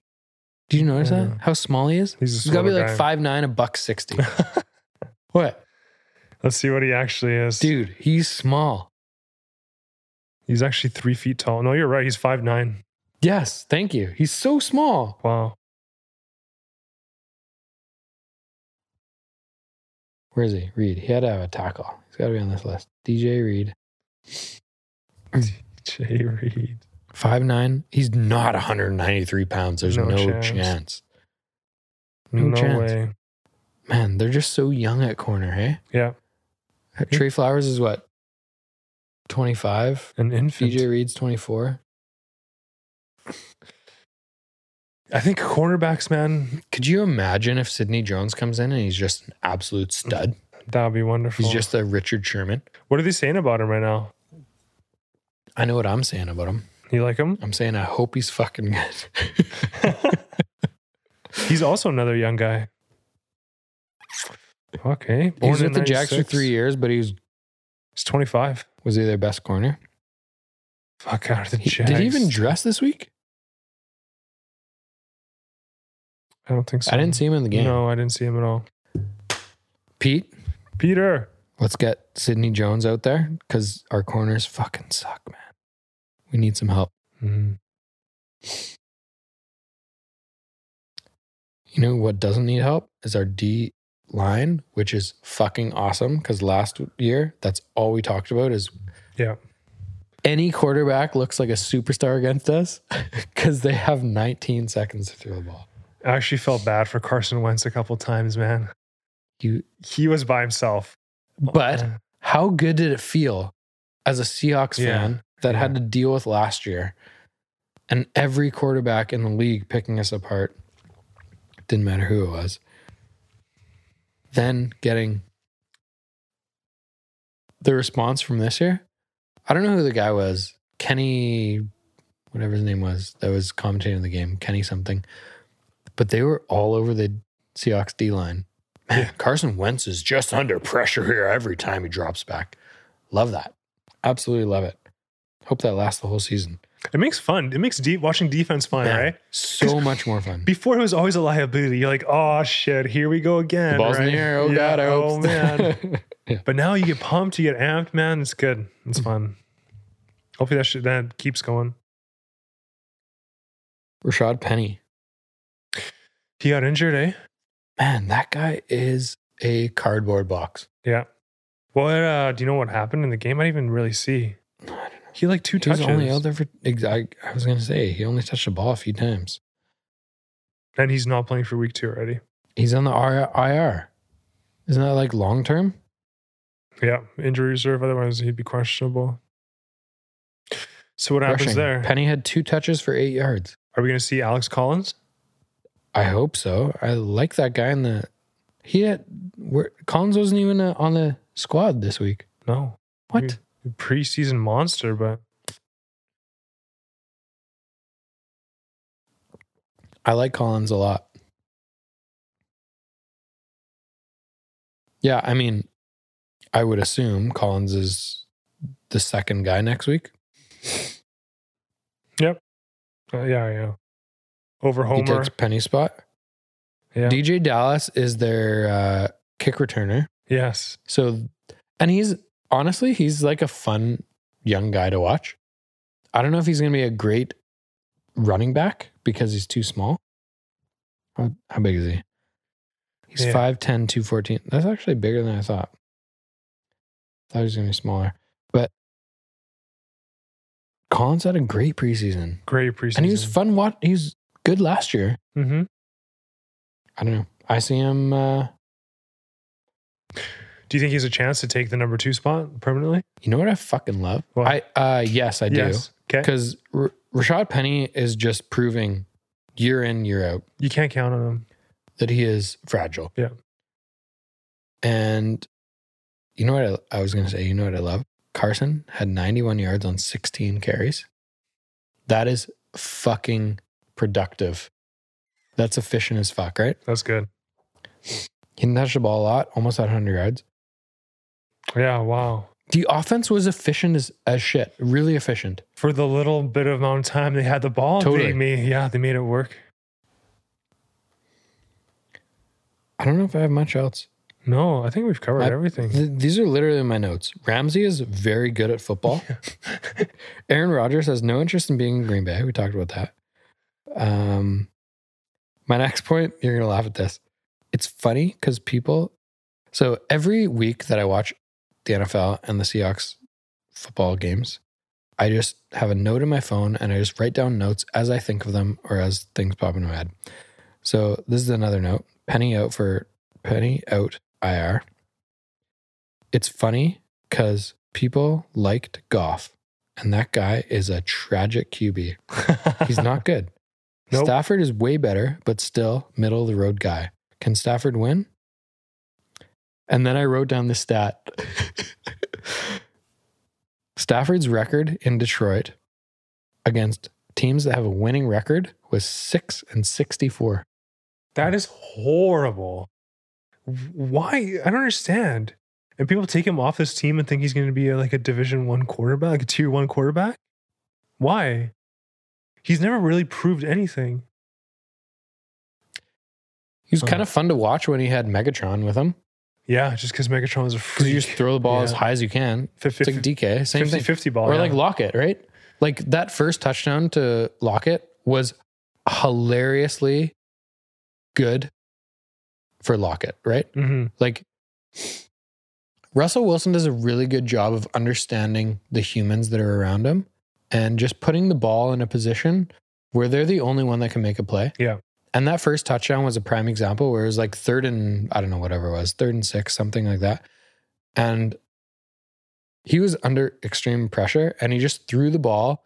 [SPEAKER 1] Do you notice
[SPEAKER 2] Yeah.
[SPEAKER 1] that? How small he is?
[SPEAKER 2] He's a
[SPEAKER 1] He's got to be
[SPEAKER 2] smaller
[SPEAKER 1] like
[SPEAKER 2] guy.
[SPEAKER 1] five nine, a
[SPEAKER 2] *laughs*
[SPEAKER 1] buck 60. what?
[SPEAKER 2] Let's see what he actually is.
[SPEAKER 1] Dude, he's small.
[SPEAKER 2] He's actually three feet tall. No, you're right. He's five nine.
[SPEAKER 1] Yes, thank you. He's so small.
[SPEAKER 2] Wow. *laughs*
[SPEAKER 1] Where is he? Reed. He had to have a tackle. He's got to be on this list. DJ Reed.
[SPEAKER 2] Jay Reed.
[SPEAKER 1] Five nine. He's not 193 pounds. There's
[SPEAKER 2] No
[SPEAKER 1] no,
[SPEAKER 2] chance.
[SPEAKER 1] chance. No
[SPEAKER 2] No
[SPEAKER 1] chance.
[SPEAKER 2] way.
[SPEAKER 1] Man, they're just so young at corner, hey?
[SPEAKER 2] Yeah.
[SPEAKER 1] Trey Flowers is what? 25.
[SPEAKER 2] An infant.
[SPEAKER 1] DJ Reed's 24.
[SPEAKER 2] I think cornerbacks, man,
[SPEAKER 1] Could you imagine if Sidney Jones comes in and he's just an absolute stud?
[SPEAKER 2] that would be wonderful.
[SPEAKER 1] He's just a Richard Sherman.
[SPEAKER 2] what are they saying about him right now?
[SPEAKER 1] I know what I'm saying about him.
[SPEAKER 2] You like him?
[SPEAKER 1] I'm saying I hope he's fucking
[SPEAKER 2] *laughs*
[SPEAKER 1] good.
[SPEAKER 2] He's also another young guy. Okay. Born
[SPEAKER 1] he's
[SPEAKER 2] in
[SPEAKER 1] with the Jacks for
[SPEAKER 2] 96.
[SPEAKER 1] three years, but he was,
[SPEAKER 2] He's 25.
[SPEAKER 1] was he their best corner?
[SPEAKER 2] Fuck out of the
[SPEAKER 1] He-
[SPEAKER 2] Jags.
[SPEAKER 1] did he even dress this week?
[SPEAKER 2] I don't think so.
[SPEAKER 1] I didn't see him in the game.
[SPEAKER 2] No, I didn't see him at all.
[SPEAKER 1] Pete,
[SPEAKER 2] Peter.
[SPEAKER 1] let's get Sidney Jones out there because our corners fucking suck, man. We need some help.
[SPEAKER 2] Mhm.
[SPEAKER 1] You know what doesn't need help is our D line, which is fucking awesome because last year that's all we talked about is
[SPEAKER 2] Yeah.
[SPEAKER 1] Any quarterback looks like a superstar against us *laughs* because they have 19 seconds to throw the ball.
[SPEAKER 2] I actually felt bad for Carson Wentz a couple times, man.
[SPEAKER 1] You,
[SPEAKER 2] He was by himself.
[SPEAKER 1] but how good did it feel as a Seahawks
[SPEAKER 2] Yeah,
[SPEAKER 1] fan that
[SPEAKER 2] yeah.
[SPEAKER 1] had to deal with last year and every quarterback in the league picking us apart? Didn't matter who it was. Then getting the response from this year. I don't know who the guy was. Kenny, whatever his name was, that was commentating the game, Kenny something. But they were all over the Seahawks D line. Man,
[SPEAKER 2] Yeah.
[SPEAKER 1] Carson Wentz is just under pressure here every time he drops back. Love that. Absolutely love it. Hope that lasts the whole season.
[SPEAKER 2] it makes fun. It makes deep watching defense fun,
[SPEAKER 1] Man,
[SPEAKER 2] right?
[SPEAKER 1] So much more
[SPEAKER 2] *laughs*
[SPEAKER 1] fun.
[SPEAKER 2] Before it was always a liability. You're like, oh shit, here we go again.
[SPEAKER 1] The ball's in
[SPEAKER 2] right?
[SPEAKER 1] the air. Oh,
[SPEAKER 2] Yeah,
[SPEAKER 1] God. I hope.
[SPEAKER 2] oh
[SPEAKER 1] *laughs*
[SPEAKER 2] man. but now you get pumped, you get amped, man. It's good. It's fun. Hopefully that shit that keeps going.
[SPEAKER 1] Rashad Penny.
[SPEAKER 2] He got injured, eh?
[SPEAKER 1] Man, that guy is a cardboard box.
[SPEAKER 2] Yeah. What uh, do you know what happened in the game? I didn't even really see.
[SPEAKER 1] I don't know.
[SPEAKER 2] He like two
[SPEAKER 1] He was
[SPEAKER 2] touches,
[SPEAKER 1] only out there for. ex- I, I was gonna say he only touched the ball a few times.
[SPEAKER 2] and he's not playing for week two already.
[SPEAKER 1] He's on the R- IR. Isn't that like long term?
[SPEAKER 2] Yeah, injury reserve. Otherwise, he'd be questionable. So what happens
[SPEAKER 1] Rushing.
[SPEAKER 2] there?
[SPEAKER 1] Penny had two touches for eight yards.
[SPEAKER 2] Are we going to see Alex Collins?
[SPEAKER 1] I hope so. I like that guy in the. He had. Where, Collins wasn't even uh, on the squad this week.
[SPEAKER 2] No,
[SPEAKER 1] What?
[SPEAKER 2] preseason monster, but
[SPEAKER 1] I like Collins a lot. Yeah, I mean, I would assume Collins is the second guy next week.
[SPEAKER 2] uh, yeah, yeah. Over
[SPEAKER 1] He
[SPEAKER 2] Homer,
[SPEAKER 1] takes Penny's spot.
[SPEAKER 2] yeah,
[SPEAKER 1] DJ Dallas is their uh, kick returner.
[SPEAKER 2] yes,
[SPEAKER 1] So, and he's honestly, he's like a fun young guy to watch. I don't know if he's going to be a great running back because he's too small. How, how big is he? He's
[SPEAKER 2] Yeah.
[SPEAKER 1] 5'10, 214. That's actually bigger than I thought. thought he was going to be smaller. But Collins had a great preseason.
[SPEAKER 2] great preseason.
[SPEAKER 1] And he was fun. Watch, he was good last year.
[SPEAKER 2] mm-hmm.
[SPEAKER 1] I don't know. I see him. Uh,
[SPEAKER 2] Do you think he has a chance to take the number two spot permanently?
[SPEAKER 1] You know what I fucking love?
[SPEAKER 2] What?
[SPEAKER 1] I uh yes, I do.
[SPEAKER 2] yes. Okay.
[SPEAKER 1] Cuz R- Rashad Penny is just proving year in year out
[SPEAKER 2] You can't count on him.
[SPEAKER 1] that he is fragile.
[SPEAKER 2] Yeah.
[SPEAKER 1] And you know what I, I was going to say, you know what I love? Carson had 91 yards on 16 carries. That is fucking productive. That's efficient as fuck, right?
[SPEAKER 2] That's good.
[SPEAKER 1] He didn't touch the ball a lot, almost at 100 yards.
[SPEAKER 2] Yeah. Wow.
[SPEAKER 1] The offense was efficient as, as shit, really efficient.
[SPEAKER 2] For the little bit of amount of time they had the ball,
[SPEAKER 1] Totally.
[SPEAKER 2] they made, yeah, they made it work.
[SPEAKER 1] I don't know if I have much else.
[SPEAKER 2] No, I think we've covered
[SPEAKER 1] I-
[SPEAKER 2] *laughs* everything.
[SPEAKER 1] Th- these are literally my notes. Ramsey is very good at football. *laughs* Aaron Rodgers has no interest in being in Green Bay. We talked about that. Um, my next point, you're going to laugh at this. It's funny because people, so every week that I watch the NFL and the Seahawks football games, I just have a note in my phone and I just write down notes as I think of them or as things pop into my head. So this is another note. Penny out for Penny out IR it's funny because people liked Goff, and that guy is a tragic QB.
[SPEAKER 2] *laughs*
[SPEAKER 1] He's not good.
[SPEAKER 2] Nope.
[SPEAKER 1] Stafford is way better, but still middle of the road guy. Can Stafford win? And then I wrote down
[SPEAKER 2] *laughs*
[SPEAKER 1] the stat. Stafford's record in Detroit against teams that have a winning record was six and sixty-four.
[SPEAKER 2] That is horrible. Why? I don't understand. And people take him off this team and think he's going to be uh, like a Division One quarterback, like a Tier One quarterback. Why? He's never really proved anything.
[SPEAKER 1] He was
[SPEAKER 2] Huh.
[SPEAKER 1] kind of fun to watch when he had Megatron with him.
[SPEAKER 2] Yeah, just because Megatron is a
[SPEAKER 1] 'Cause you
[SPEAKER 2] freak.
[SPEAKER 1] just throw the ball as
[SPEAKER 2] Yeah.
[SPEAKER 1] high as you can.
[SPEAKER 2] Fif-
[SPEAKER 1] It's like DK, same
[SPEAKER 2] 50,
[SPEAKER 1] thing.
[SPEAKER 2] 50 ball.
[SPEAKER 1] or
[SPEAKER 2] Oh, yeah.
[SPEAKER 1] like Lockett, right? Like that first touchdown to Lockett was hilariously good for Lockett, right?
[SPEAKER 2] Mhm.
[SPEAKER 1] Like Russell Wilson does a really good job of understanding the humans that are around him and just putting the ball in a position where they're the only one that can make a play.
[SPEAKER 2] Yeah.
[SPEAKER 1] And that first touchdown was a prime example where it was like third and I don't know whatever it was, third and six, something like that. And he was under extreme pressure and he just threw the ball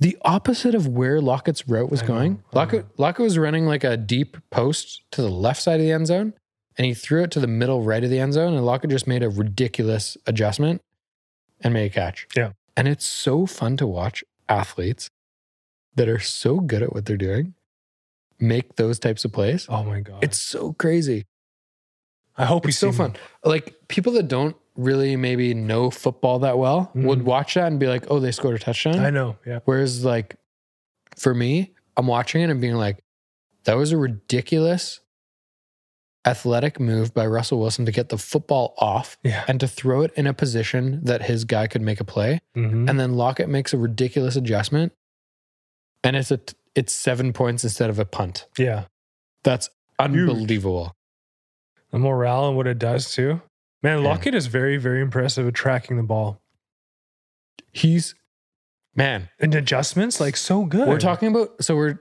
[SPEAKER 1] the opposite of where Lockett's route was
[SPEAKER 2] I know,
[SPEAKER 1] going.
[SPEAKER 2] I know.
[SPEAKER 1] Lockett, Lockett was running like a deep post to the left side of the end zone and he threw it to the middle right of the end zone and Lockett just made a ridiculous adjustment and made a catch.
[SPEAKER 2] Yeah.
[SPEAKER 1] And it's so fun to watch athletes that are so good at what they're doing make those types of plays.
[SPEAKER 2] Oh my god.
[SPEAKER 1] It's so crazy.
[SPEAKER 2] I hope we
[SPEAKER 1] It's so
[SPEAKER 2] see
[SPEAKER 1] fun.
[SPEAKER 2] more.
[SPEAKER 1] Like people that don't really maybe know football that well would
[SPEAKER 2] Mhm.
[SPEAKER 1] watch that and be like, "Oh, they scored a touchdown."
[SPEAKER 2] I know. Yeah.
[SPEAKER 1] Whereas like for me, I'm watching it and being like, that was a ridiculous athletic move by Russell Wilson to get the football off
[SPEAKER 2] Yeah.
[SPEAKER 1] and to throw it in a position that his guy could make a play.
[SPEAKER 2] Mhm.
[SPEAKER 1] And then Lockett makes a ridiculous adjustment and it's a t- it's 7 points instead of a punt.
[SPEAKER 2] yeah.
[SPEAKER 1] That's
[SPEAKER 2] Huge.
[SPEAKER 1] unbelievable.
[SPEAKER 2] The morale and what it does too. Man,
[SPEAKER 1] Yeah.
[SPEAKER 2] Lockett is very, very impressive at tracking the ball
[SPEAKER 1] He's man,
[SPEAKER 2] and adjustments. Like so good.
[SPEAKER 1] we're talking about so we're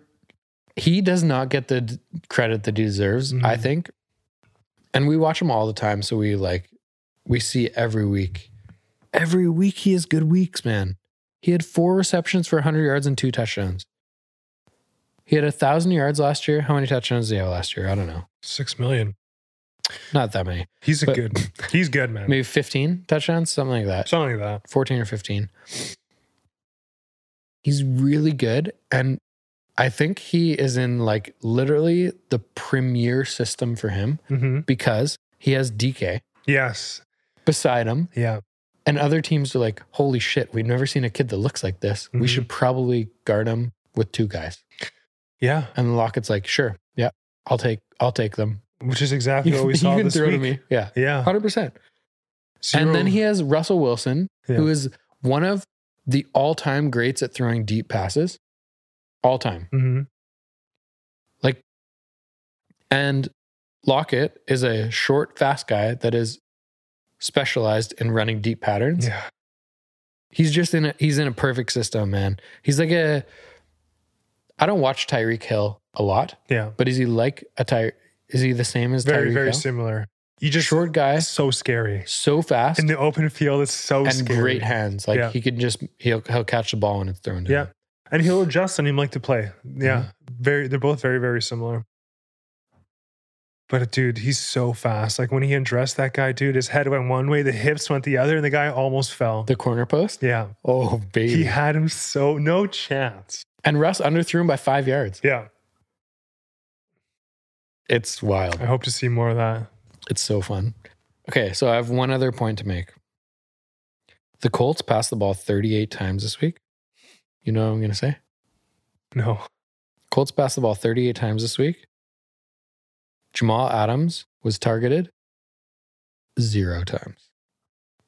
[SPEAKER 1] he does not get the d- credit that he deserves, I
[SPEAKER 2] Mhm.
[SPEAKER 1] think. And we watch him all the time, so we like we see every week. Every week he has good weeks, man. He had four receptions for 100 yards and two touchdowns. He had a thousand yards last year. How many touchdowns did he have last year? I don't know.
[SPEAKER 2] six million.
[SPEAKER 1] Not that many.
[SPEAKER 2] He's a
[SPEAKER 1] But-
[SPEAKER 2] good. He's good, man.
[SPEAKER 1] Maybe 15 touchdowns, something like that.
[SPEAKER 2] Something like that.
[SPEAKER 1] 14 or 15. He's really good. And I think he is in like literally the premier system for him
[SPEAKER 2] hmm
[SPEAKER 1] because he has DK
[SPEAKER 2] Yes.
[SPEAKER 1] beside him.
[SPEAKER 2] Yeah.
[SPEAKER 1] And other teams are like, holy shit, we've never seen a kid that looks like this. We
[SPEAKER 2] Mhm.
[SPEAKER 1] should probably guard him with two guys.
[SPEAKER 2] Yeah.
[SPEAKER 1] And Lockett's like, sure. Yeah. I'll take I'll take them.
[SPEAKER 2] Which is exactly
[SPEAKER 1] *laughs*
[SPEAKER 2] what we saw this
[SPEAKER 1] throw to
[SPEAKER 2] week.
[SPEAKER 1] me. Yeah.
[SPEAKER 2] Yeah.
[SPEAKER 1] 100%.
[SPEAKER 2] Zero-
[SPEAKER 1] And then he has Russell Wilson, who
[SPEAKER 2] Yeah.
[SPEAKER 1] is one of the all time greats at throwing deep passes, all time.
[SPEAKER 2] Mhm.
[SPEAKER 1] And Lockett is a short, fast guy that is specialized in running deep patterns.
[SPEAKER 2] Yeah.
[SPEAKER 1] He's just in a he's in a perfect system, man. He's like a I don't watch Tyreek Hill a lot,
[SPEAKER 2] Yeah.
[SPEAKER 1] but is he like a Ty is he the same as
[SPEAKER 2] Very,
[SPEAKER 1] Tyreek
[SPEAKER 2] very
[SPEAKER 1] Hill?
[SPEAKER 2] similar. You just
[SPEAKER 1] Short guy,
[SPEAKER 2] so scary.
[SPEAKER 1] so fast
[SPEAKER 2] In the open field, it's so
[SPEAKER 1] and
[SPEAKER 2] scary.
[SPEAKER 1] great hands. Like
[SPEAKER 2] Yeah.
[SPEAKER 1] he can just he'll he'll catch the ball when it's thrown to
[SPEAKER 2] Yeah.
[SPEAKER 1] him.
[SPEAKER 2] and he'll adjust and he'll like to play. Yeah, very. They're both very very similar. But dude, he's so fast. Like when he undressed that guy, dude, his head went one way, the hips went the other, and the guy almost fell.
[SPEAKER 1] The corner post.
[SPEAKER 2] yeah,
[SPEAKER 1] Oh baby.
[SPEAKER 2] he had him so no chance.
[SPEAKER 1] And Russ underthrew him by five yards.
[SPEAKER 2] Yeah,
[SPEAKER 1] It's
[SPEAKER 2] I
[SPEAKER 1] wild.
[SPEAKER 2] hope to see more of that.
[SPEAKER 1] It's so fun. Okay, so I have one other point to make. The Colts passed the ball 38 times this week. You know what I'm going to say?
[SPEAKER 2] No,
[SPEAKER 1] Colts passed the ball 38 times this week. Jamal Adams was targeted zero times.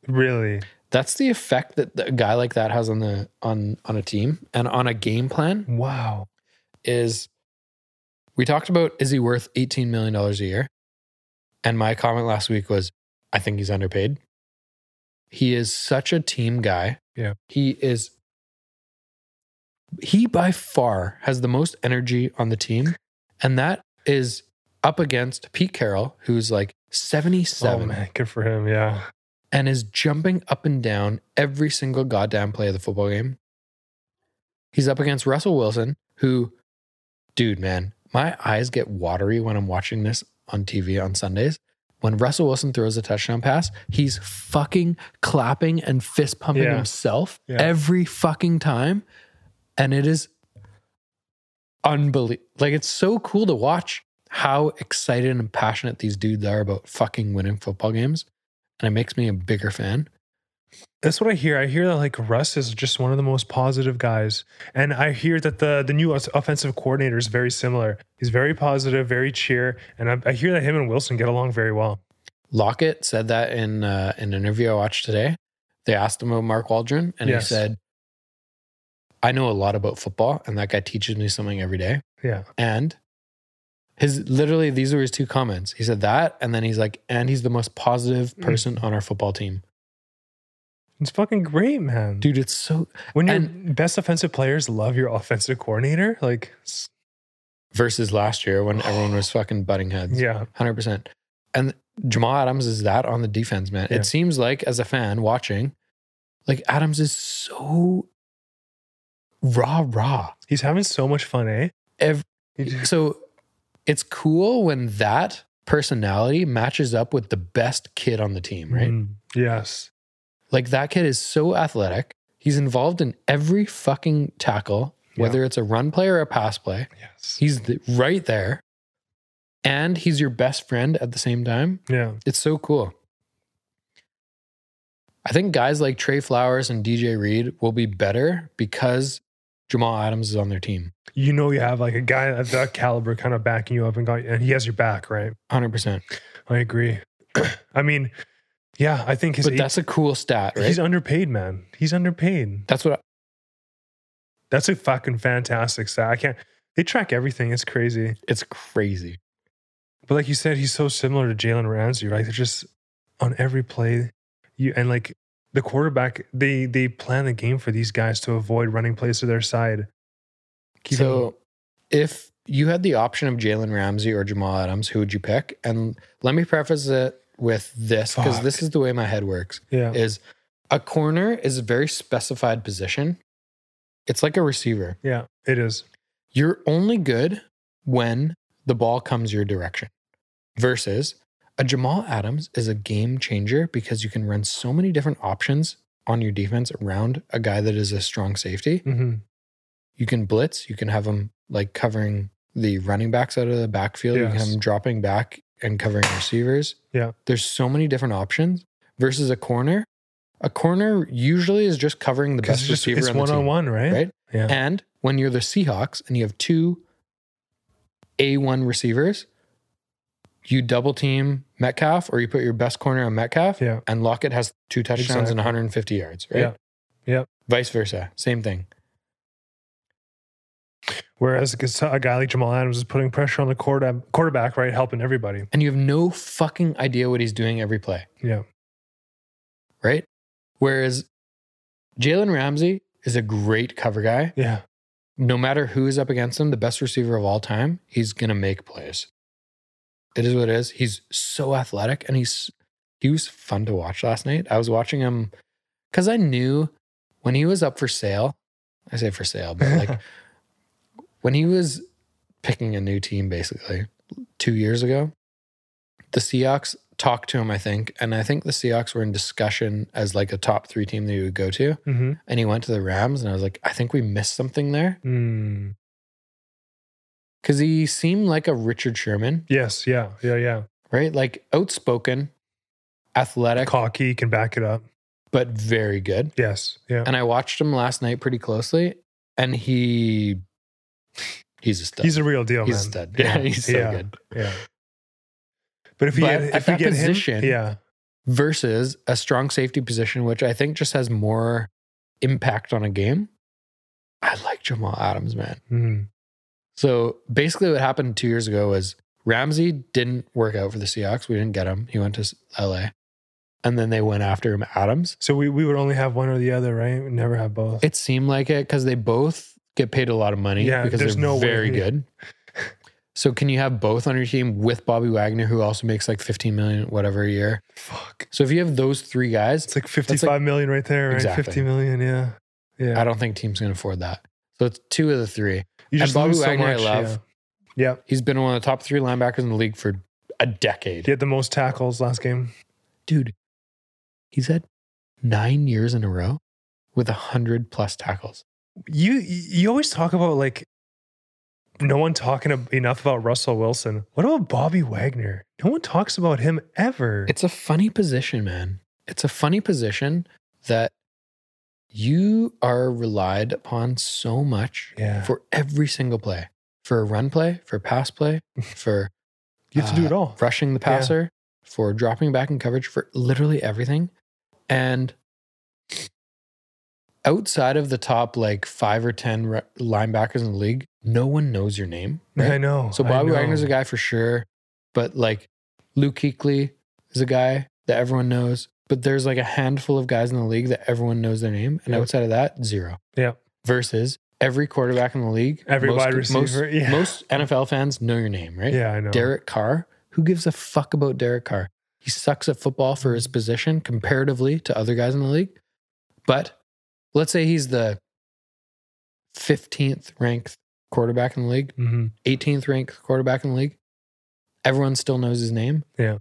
[SPEAKER 2] really.
[SPEAKER 1] That's the effect that a guy like that has on the on on a team and on a game plan.
[SPEAKER 2] Wow. Oh,
[SPEAKER 1] is we talked about is he worth $18 million a year? And my comment last week was, I think he's underpaid. He is such a team guy.
[SPEAKER 2] Yeah.
[SPEAKER 1] He is, he by far has the most energy on the team. And that is up against Pete Carroll, who's like
[SPEAKER 2] Oh
[SPEAKER 1] 77
[SPEAKER 2] man, good for him. Yeah.
[SPEAKER 1] and is jumping up and down every single goddamn play of the football game. He's up against Russell Wilson, who, dude, man, my eyes get watery when I'm watching this on TV on Sundays. When Russell Wilson throws a touchdown pass, he's fucking clapping and fist pumping
[SPEAKER 2] Yeah.
[SPEAKER 1] himself
[SPEAKER 2] Yeah.
[SPEAKER 1] every fucking time. And it is unbelievable. Like, it's so cool to watch how excited and passionate these dudes are about fucking winning football games and it makes me a bigger fan.
[SPEAKER 2] That's what I hear. I hear that like Russ is just one of the most positive guys, and I hear that the the new os- offensive coordinator is very similar. He's very positive, very cheer, and I, I hear that him and Wilson get along very well.
[SPEAKER 1] Lockett said that in uh, an interview I watched today. They asked him about Mark Waldron, and
[SPEAKER 2] Yes.
[SPEAKER 1] he said, I know a lot about football, and that guy teaches me something every day.
[SPEAKER 2] Yeah.
[SPEAKER 1] And his literally, these were his two comments. He said that, and then he's like, and he's the most positive person on our football team.
[SPEAKER 2] It's fucking great, man.
[SPEAKER 1] Dude, it's so
[SPEAKER 2] when your
[SPEAKER 1] and-
[SPEAKER 2] best offensive players love your offensive coordinator, like, s-
[SPEAKER 1] versus last year when everyone was fucking butting heads.
[SPEAKER 2] yeah,
[SPEAKER 1] Hundred percent. And Jamal Adams is that on the defense, man.
[SPEAKER 2] Yeah.
[SPEAKER 1] It seems like as a fan watching, like Adams is so raw, raw.
[SPEAKER 2] he's having so much fun, eh?
[SPEAKER 1] Ev-
[SPEAKER 2] He just-
[SPEAKER 1] so it's cool when that personality matches up with the best kid on the team, right?
[SPEAKER 2] Mm, yes.
[SPEAKER 1] Like that kid is so athletic. He's involved in every fucking tackle,
[SPEAKER 2] Yeah.
[SPEAKER 1] whether it's a run play or a pass play.
[SPEAKER 2] Yes.
[SPEAKER 1] He's the, right there. And he's your best friend at the same time.
[SPEAKER 2] Yeah.
[SPEAKER 1] It's so cool. I think guys like Trey Flowers and DJ Reed will be better because Jamal Adams is on their team.
[SPEAKER 2] You know, you have like a guy of that caliber kind of backing you up and got, and he has your back, right?
[SPEAKER 1] 100%.
[SPEAKER 2] I agree. *clears throat* I mean, yeah, I think his
[SPEAKER 1] But
[SPEAKER 2] eight-
[SPEAKER 1] that's a cool stat, right?
[SPEAKER 2] he's underpaid, man. He's underpaid.
[SPEAKER 1] that's what
[SPEAKER 2] That's a fucking fantastic stat. I can't. They track everything. It's crazy.
[SPEAKER 1] it's crazy.
[SPEAKER 2] But like you said, he's so similar to Jalen Ramsey, right? They're just on every play. You and like the quarterback, they they plan the game for these guys to avoid running plays to their side. Keep
[SPEAKER 1] so if you had the option of Jalen Ramsey or Jamal Adams, who would you pick? And let me preface it with this because
[SPEAKER 2] Fuck.
[SPEAKER 1] this is the way my head works.
[SPEAKER 2] yeah,
[SPEAKER 1] is a corner is a very specified position. It's like a receiver.
[SPEAKER 2] yeah, it is.
[SPEAKER 1] You're only good when the ball comes your direction. Versus a Jamal Adams is a game changer because you can run so many different options on your defense around a guy that is a strong safety.
[SPEAKER 2] hmm
[SPEAKER 1] You can blitz, you can have him like covering the running backs out of the backfield, you can
[SPEAKER 2] Yes.
[SPEAKER 1] have him dropping back and covering receivers.
[SPEAKER 2] Yeah.
[SPEAKER 1] There's so many different options versus a corner. A corner usually is just covering the
[SPEAKER 2] Because
[SPEAKER 1] best
[SPEAKER 2] it's just
[SPEAKER 1] receiver
[SPEAKER 2] it's
[SPEAKER 1] on the
[SPEAKER 2] one
[SPEAKER 1] team.
[SPEAKER 2] on one, right?
[SPEAKER 1] right?
[SPEAKER 2] Yeah,
[SPEAKER 1] And when you're the Seahawks and you have two A1 receivers, you double team Metcalf or you put your best corner on Metcalf,
[SPEAKER 2] yeah,
[SPEAKER 1] and Lockett has two touchdowns
[SPEAKER 2] Exactly.
[SPEAKER 1] and 150 yards, right?
[SPEAKER 2] Yeah. Yep.
[SPEAKER 1] Vice versa, same thing.
[SPEAKER 2] Whereas a guy like Jamal Adams is putting pressure on the quarter, quarterback, right, helping everybody.
[SPEAKER 1] And you have no fucking idea what he's doing every play,
[SPEAKER 2] Yeah,
[SPEAKER 1] right? Whereas Jalen Ramsey is a great cover guy.
[SPEAKER 2] yeah,
[SPEAKER 1] No matter who is up against him, the best receiver of all time, he's going to make plays. It is what it is. He's so athletic and he's he was fun to watch last night. I was watching him cuz I knew when he was up for sale, I say for sale, but like when he was picking a new team basically 2 years ago, the Seahawks talked to him, I think, and I think the Seahawks were in discussion as like a top 3 team that he would go to
[SPEAKER 2] hmm
[SPEAKER 1] and he went to the Rams, and I was like, I think we missed something there
[SPEAKER 2] mm.
[SPEAKER 1] because he seemed like a Richard Sherman,
[SPEAKER 2] yes, yeah, yeah, yeah.
[SPEAKER 1] right? Like outspoken, athletic,
[SPEAKER 2] Cocky can back it up.
[SPEAKER 1] but very good.
[SPEAKER 2] Yes, yeah.
[SPEAKER 1] And I watched him last night pretty closely, and he he's a stud.
[SPEAKER 2] He's a real deal,
[SPEAKER 1] He's
[SPEAKER 2] man.
[SPEAKER 1] a stud. Yeah, he's so
[SPEAKER 2] yeah,
[SPEAKER 1] good.
[SPEAKER 2] Yeah. But if you
[SPEAKER 1] But
[SPEAKER 2] get, if
[SPEAKER 1] at
[SPEAKER 2] you
[SPEAKER 1] that
[SPEAKER 2] get
[SPEAKER 1] position-
[SPEAKER 2] him, yeah,
[SPEAKER 1] Versus a strong safety position, which I think just has more impact on a game. I like Jamal Adams, man.
[SPEAKER 2] Mm.
[SPEAKER 1] So basically, what happened two years ago was Ramsey didn't work out for the Seahawks. We didn't get him. He went to LA. And then they went after him, Adams.
[SPEAKER 2] so we, we would only have one or the other, right? We never have both.
[SPEAKER 1] It seemed like it because they both get paid a lot of money
[SPEAKER 2] Yeah,
[SPEAKER 1] because
[SPEAKER 2] there's
[SPEAKER 1] they're
[SPEAKER 2] no way.
[SPEAKER 1] very good. So can you have both on your team with Bobby Wagner, who also makes like 15 million, whatever a year?
[SPEAKER 2] Fuck,
[SPEAKER 1] So if you have those three guys,
[SPEAKER 2] it's like fifty-five million right there, right?
[SPEAKER 1] Exactly.
[SPEAKER 2] Fifty million, yeah, yeah.
[SPEAKER 1] I don't think teams can afford that. So it's two of the three.
[SPEAKER 2] You
[SPEAKER 1] and Bobby
[SPEAKER 2] lose
[SPEAKER 1] Wagner I love.
[SPEAKER 2] Yeah. Yep.
[SPEAKER 1] He's been one of the top three linebackers in the league for a decade.
[SPEAKER 2] He had the most tackles last game.
[SPEAKER 1] dude, he's had nine years in a row with a hundred plus tackles.
[SPEAKER 2] You you always talk about like no one talking ab- enough about Russell Wilson. What about Bobby Wagner? No one talks about him ever.
[SPEAKER 1] It's a funny position, man. It's a funny position that you are relied upon so much
[SPEAKER 2] yeah.
[SPEAKER 1] for every single play,
[SPEAKER 2] *laughs*
[SPEAKER 1] for a run play, for pass play, for Uh,
[SPEAKER 2] you have to do it all.
[SPEAKER 1] rushing the passer, for dropping back in coverage for literally everything. And outside of the top like five or 10 re- linebackers in the league, no one knows your name.
[SPEAKER 2] *laughs* I
[SPEAKER 1] Right?
[SPEAKER 2] know.
[SPEAKER 1] So
[SPEAKER 2] I
[SPEAKER 1] Bobby
[SPEAKER 2] know.
[SPEAKER 1] Wagner's a guy for sure. But like Luke Kuechly is a guy that everyone knows. But there's like a handful of guys in the league that everyone knows their name. And
[SPEAKER 2] Yep.
[SPEAKER 1] outside of that, zero.
[SPEAKER 2] Yeah.
[SPEAKER 1] Versus every quarterback in the league,
[SPEAKER 2] Every
[SPEAKER 1] most-
[SPEAKER 2] wide
[SPEAKER 1] most-
[SPEAKER 2] receiver. yeah.
[SPEAKER 1] most NFL fans know your name, right?
[SPEAKER 2] Yeah, I know.
[SPEAKER 1] Derek Carr. Who gives a fuck about Derek Carr? He sucks at football for
[SPEAKER 2] Mm.
[SPEAKER 1] his position comparatively to other guys in the league. But let's say he's the 15th ranked quarterback in the league,
[SPEAKER 2] hmm
[SPEAKER 1] 18th ranked quarterback in the league. Everyone still knows his name.
[SPEAKER 2] Yeah.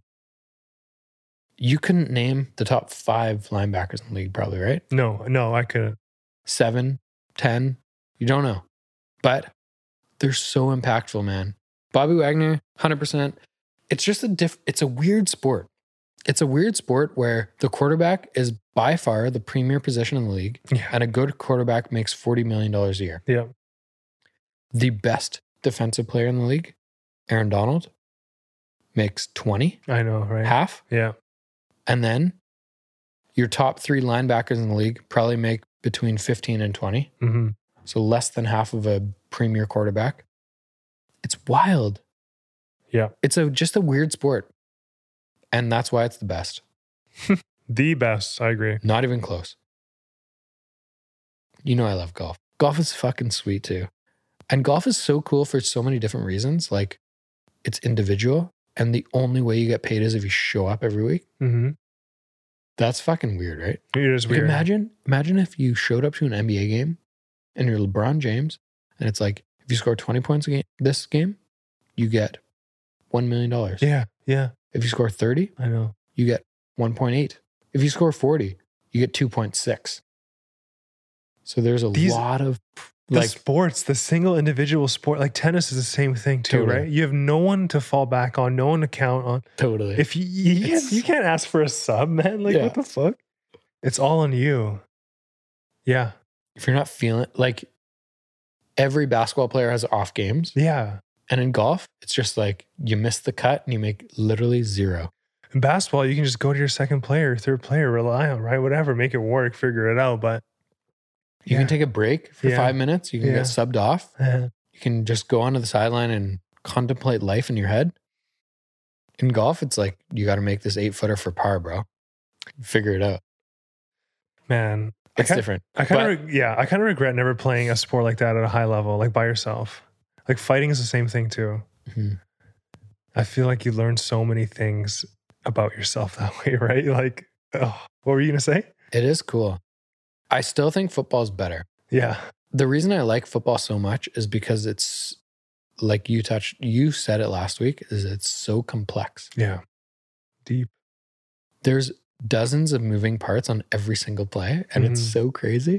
[SPEAKER 1] You couldn't name the top five linebackers in the league, probably, right?
[SPEAKER 2] No, no, I couldn't. *laughs*
[SPEAKER 1] seven, 10. You don't know. But they're so impactful, man. Bobby Wagner, 100%. It's just a diff, it's a weird sport. It's a weird sport where the quarterback is by far the premier position in the league,
[SPEAKER 2] Yeah.
[SPEAKER 1] and a good quarterback makes $40 million a year.
[SPEAKER 2] Yeah.
[SPEAKER 1] The best defensive player in the league, Aaron Donald, makes 20,
[SPEAKER 2] I know, right?
[SPEAKER 1] half.
[SPEAKER 2] Yeah.
[SPEAKER 1] And then your top three linebackers in the league probably make between 15 and 20.
[SPEAKER 2] hmm
[SPEAKER 1] So less than half of a premier quarterback. It's wild.
[SPEAKER 2] Yeah.
[SPEAKER 1] It's a just a weird sport. And that's why it's the best.
[SPEAKER 2] The best. I agree.
[SPEAKER 1] Not even close. You know I love golf. Golf is fucking sweet too. And golf is so cool for so many different reasons. Like it's individual and the only way you get paid is if you show up every week.
[SPEAKER 2] Mm-hmm.
[SPEAKER 1] That's fucking weird, right?
[SPEAKER 2] It is
[SPEAKER 1] Like,
[SPEAKER 2] weird.
[SPEAKER 1] imagine, imagine if you showed up to an NBA game and you're LeBron James, and it's like if you score 20 points a game this game, you get one million dollars.
[SPEAKER 2] Yeah. Yeah.
[SPEAKER 1] If you score 30,
[SPEAKER 2] I know.
[SPEAKER 1] you get 1.8. If you score 40, you get 2.6. So there's a
[SPEAKER 2] These-
[SPEAKER 1] lot of
[SPEAKER 2] The
[SPEAKER 1] like
[SPEAKER 2] sports, the single individual sport, like tennis is the same thing too,
[SPEAKER 1] Totally.
[SPEAKER 2] right? You have no one to fall back on, no one to count on.
[SPEAKER 1] totally.
[SPEAKER 2] If you you
[SPEAKER 1] It's-
[SPEAKER 2] can't, you can't ask for a sub, man. Like
[SPEAKER 1] Yeah.
[SPEAKER 2] what the fuck? It's all on you. Yeah.
[SPEAKER 1] if you're not feeling like every basketball player has off games,
[SPEAKER 2] Yeah.
[SPEAKER 1] and in golf, it's just like you miss the cut and you make literally zero.
[SPEAKER 2] In basketball, you can just go to your second player, third player, rely on, right? Whatever, make it work, figure it out. But *laughs*
[SPEAKER 1] You
[SPEAKER 2] Yeah.
[SPEAKER 1] can take a break for
[SPEAKER 2] Yeah.
[SPEAKER 1] five minutes. You can
[SPEAKER 2] Yeah.
[SPEAKER 1] get subbed off.
[SPEAKER 2] uh,
[SPEAKER 1] you can just go onto the sideline and contemplate life in your head. In golf, it's like you got to make this eight footer for par, bro. Figure it out.
[SPEAKER 2] man, I
[SPEAKER 1] It's
[SPEAKER 2] kind,
[SPEAKER 1] different.
[SPEAKER 2] I kind of yeah, I kind of regret never playing a sport like that at a high level, like by yourself. Like fighting is the same thing too.
[SPEAKER 1] Mhm.
[SPEAKER 2] I feel like you learn so many things about yourself *laughs* that way, right? Like, oh, what were you gonna say?
[SPEAKER 1] It is cool. I still think football's better.
[SPEAKER 2] Yeah,
[SPEAKER 1] The reason I like football so much is because it's like you touched, you said it last week, is it's so complex.
[SPEAKER 2] yeah, deep.
[SPEAKER 1] There's dozens of moving parts on every single play, and it's
[SPEAKER 2] Mhm.
[SPEAKER 1] so crazy.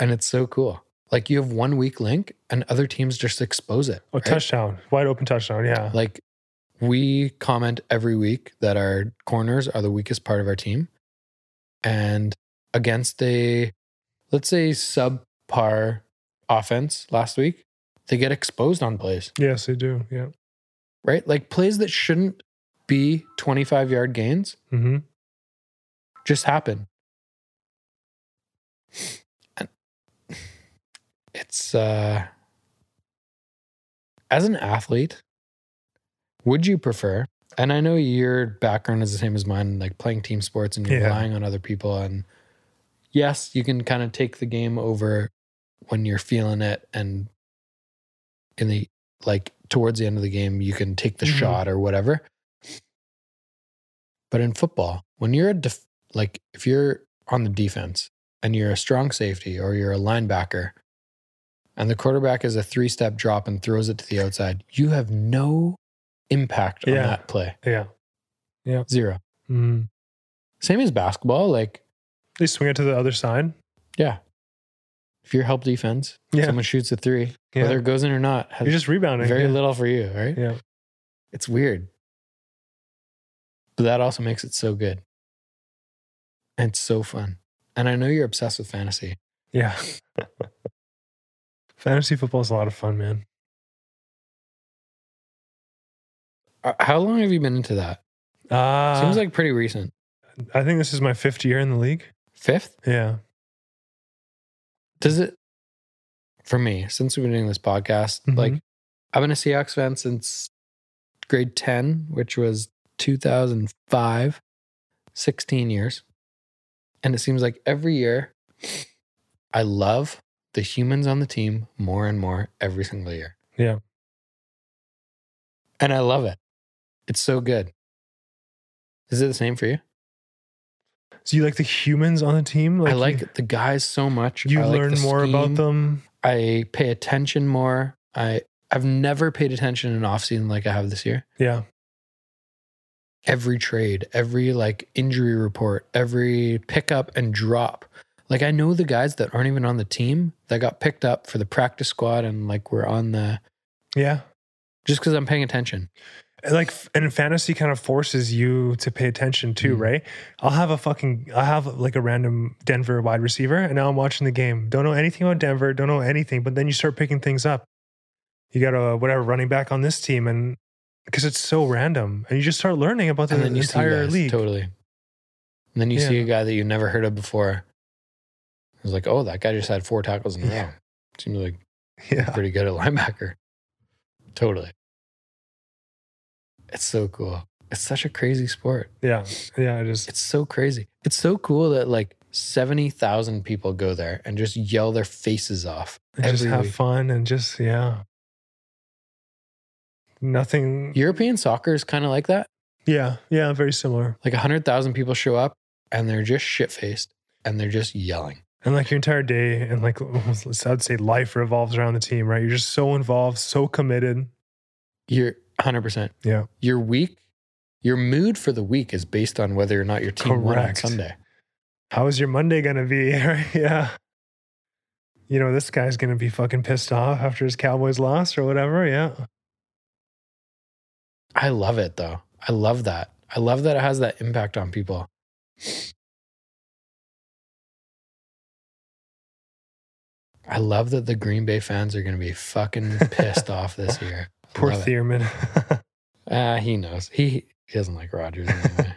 [SPEAKER 1] And it's so cool. Like you have one weak link, and other teams just expose it.
[SPEAKER 2] Oh,
[SPEAKER 1] right?
[SPEAKER 2] touchdown, wide open touchdown. Yeah,
[SPEAKER 1] Like we comment every week that our corners are the weakest part of our team. And against a let's say subpar offense last week, they get exposed on plays,
[SPEAKER 2] yes, they do. Yeah,
[SPEAKER 1] right? Like plays that shouldn't be 25 yard gains
[SPEAKER 2] hmm
[SPEAKER 1] just happen. And it's uh as an athlete, would you prefer? And I know your background is the same as mine, like playing team sports and you're
[SPEAKER 2] Yeah.
[SPEAKER 1] relying on other people. And yes, you can kind of take the game over when you're feeling it and in the like towards the end of the game you can take the
[SPEAKER 2] Mhm.
[SPEAKER 1] shot or whatever. But in football, when you're a def- like if you're on the defense and you're a strong safety or you're a linebacker and the quarterback is a three step drop and throws it to the outside, you have no impact on
[SPEAKER 2] Yeah.
[SPEAKER 1] that play.
[SPEAKER 2] yeah.
[SPEAKER 1] Zero.
[SPEAKER 2] Mhm.
[SPEAKER 1] Same as basketball. Like
[SPEAKER 2] They swing it to the other side.
[SPEAKER 1] if you're help defense,
[SPEAKER 2] Yeah,
[SPEAKER 1] someone shoots a three,
[SPEAKER 2] yeah.
[SPEAKER 1] whether it goes in or not, has
[SPEAKER 2] You're just rebounding.
[SPEAKER 1] very
[SPEAKER 2] yeah.
[SPEAKER 1] little for you, right?
[SPEAKER 2] Yeah.
[SPEAKER 1] It's weird. But that also makes it so good. And it's so fun. And I know you're obsessed with fantasy.
[SPEAKER 2] Yeah. Fantasy football is a lot of fun, man.
[SPEAKER 1] Uh, How long have you been into that?
[SPEAKER 2] Uh,
[SPEAKER 1] Seems like pretty recent.
[SPEAKER 2] I think this is my fifth year in the league.
[SPEAKER 1] Fifth?
[SPEAKER 2] Yeah.
[SPEAKER 1] Does it for me, since we've been doing this podcast,
[SPEAKER 2] Mhm.
[SPEAKER 1] like I've been a Seahawks fan since grade 10, which was 2005, 16 years. And it seems like every year I love the humans on the team more and more every single year.
[SPEAKER 2] Yeah.
[SPEAKER 1] And I love it. It's so good. Is it the same for you?
[SPEAKER 2] So you like the humans on the team?
[SPEAKER 1] I like
[SPEAKER 2] you,
[SPEAKER 1] the guys so much.
[SPEAKER 2] you
[SPEAKER 1] I like
[SPEAKER 2] learn
[SPEAKER 1] the
[SPEAKER 2] more about
[SPEAKER 1] scheme.
[SPEAKER 2] them.
[SPEAKER 1] I pay attention more. I I've never paid attention in off season like I have this year.
[SPEAKER 2] Yeah.
[SPEAKER 1] Every trade, every like injury report, every pickup and drop. Like I know the guys that aren't even on the team that got picked up for the practice squad and like we're on the
[SPEAKER 2] Yeah.
[SPEAKER 1] just because I'm paying attention.
[SPEAKER 2] And, Like f- and fantasy kind of forces you to pay attention too,
[SPEAKER 1] Mhm.
[SPEAKER 2] right? I'll have a fucking I'll have like a random Denver wide receiver and now I'm watching the game. Don't know anything about Denver, don't know anything, but then you start picking things up. You got a whatever running back on this team and because it's so random and you just start learning about the
[SPEAKER 1] And then you see
[SPEAKER 2] entire
[SPEAKER 1] guys,
[SPEAKER 2] league.
[SPEAKER 1] totally. And then you see a guy that you never heard of before. It's like, oh, that guy just had four tackles in a row.
[SPEAKER 2] Yeah.
[SPEAKER 1] Seems like
[SPEAKER 2] *laughs* Yeah.
[SPEAKER 1] pretty good at *laughs* linebacker. Totally. It's so cool. It's such a crazy sport.
[SPEAKER 2] Yeah. Yeah, it is.
[SPEAKER 1] It's so crazy. It's so cool that like 70,000 people go there and just yell their faces off.
[SPEAKER 2] and just
[SPEAKER 1] every
[SPEAKER 2] have
[SPEAKER 1] week.
[SPEAKER 2] fun and just yeah nothing
[SPEAKER 1] European soccer is kind of like that.
[SPEAKER 2] yeah yeah very similar
[SPEAKER 1] Like 100,000 people show up and they're just shit faced and they're just yelling.
[SPEAKER 2] and like your entire day and like i'd say life revolves around the team right you're just so involved so committed
[SPEAKER 1] You're 100%.
[SPEAKER 2] Yeah.
[SPEAKER 1] Your week, your mood for the week is based on whether or not your team won on
[SPEAKER 2] Correct.
[SPEAKER 1] Sunday.
[SPEAKER 2] how is your monday gonna be *laughs* right yeah you know this guy's gonna be fucking pissed off after his cowboys lost or whatever yeah
[SPEAKER 1] I love it though. I love that. I love that it has that impact on people. I love that the Green Bay fans are going to be fucking pissed off this year.
[SPEAKER 2] poor
[SPEAKER 1] Love it.
[SPEAKER 2] Thierman. *laughs*
[SPEAKER 1] Ah, he knows. He, he doesn't like Rodgers anyway.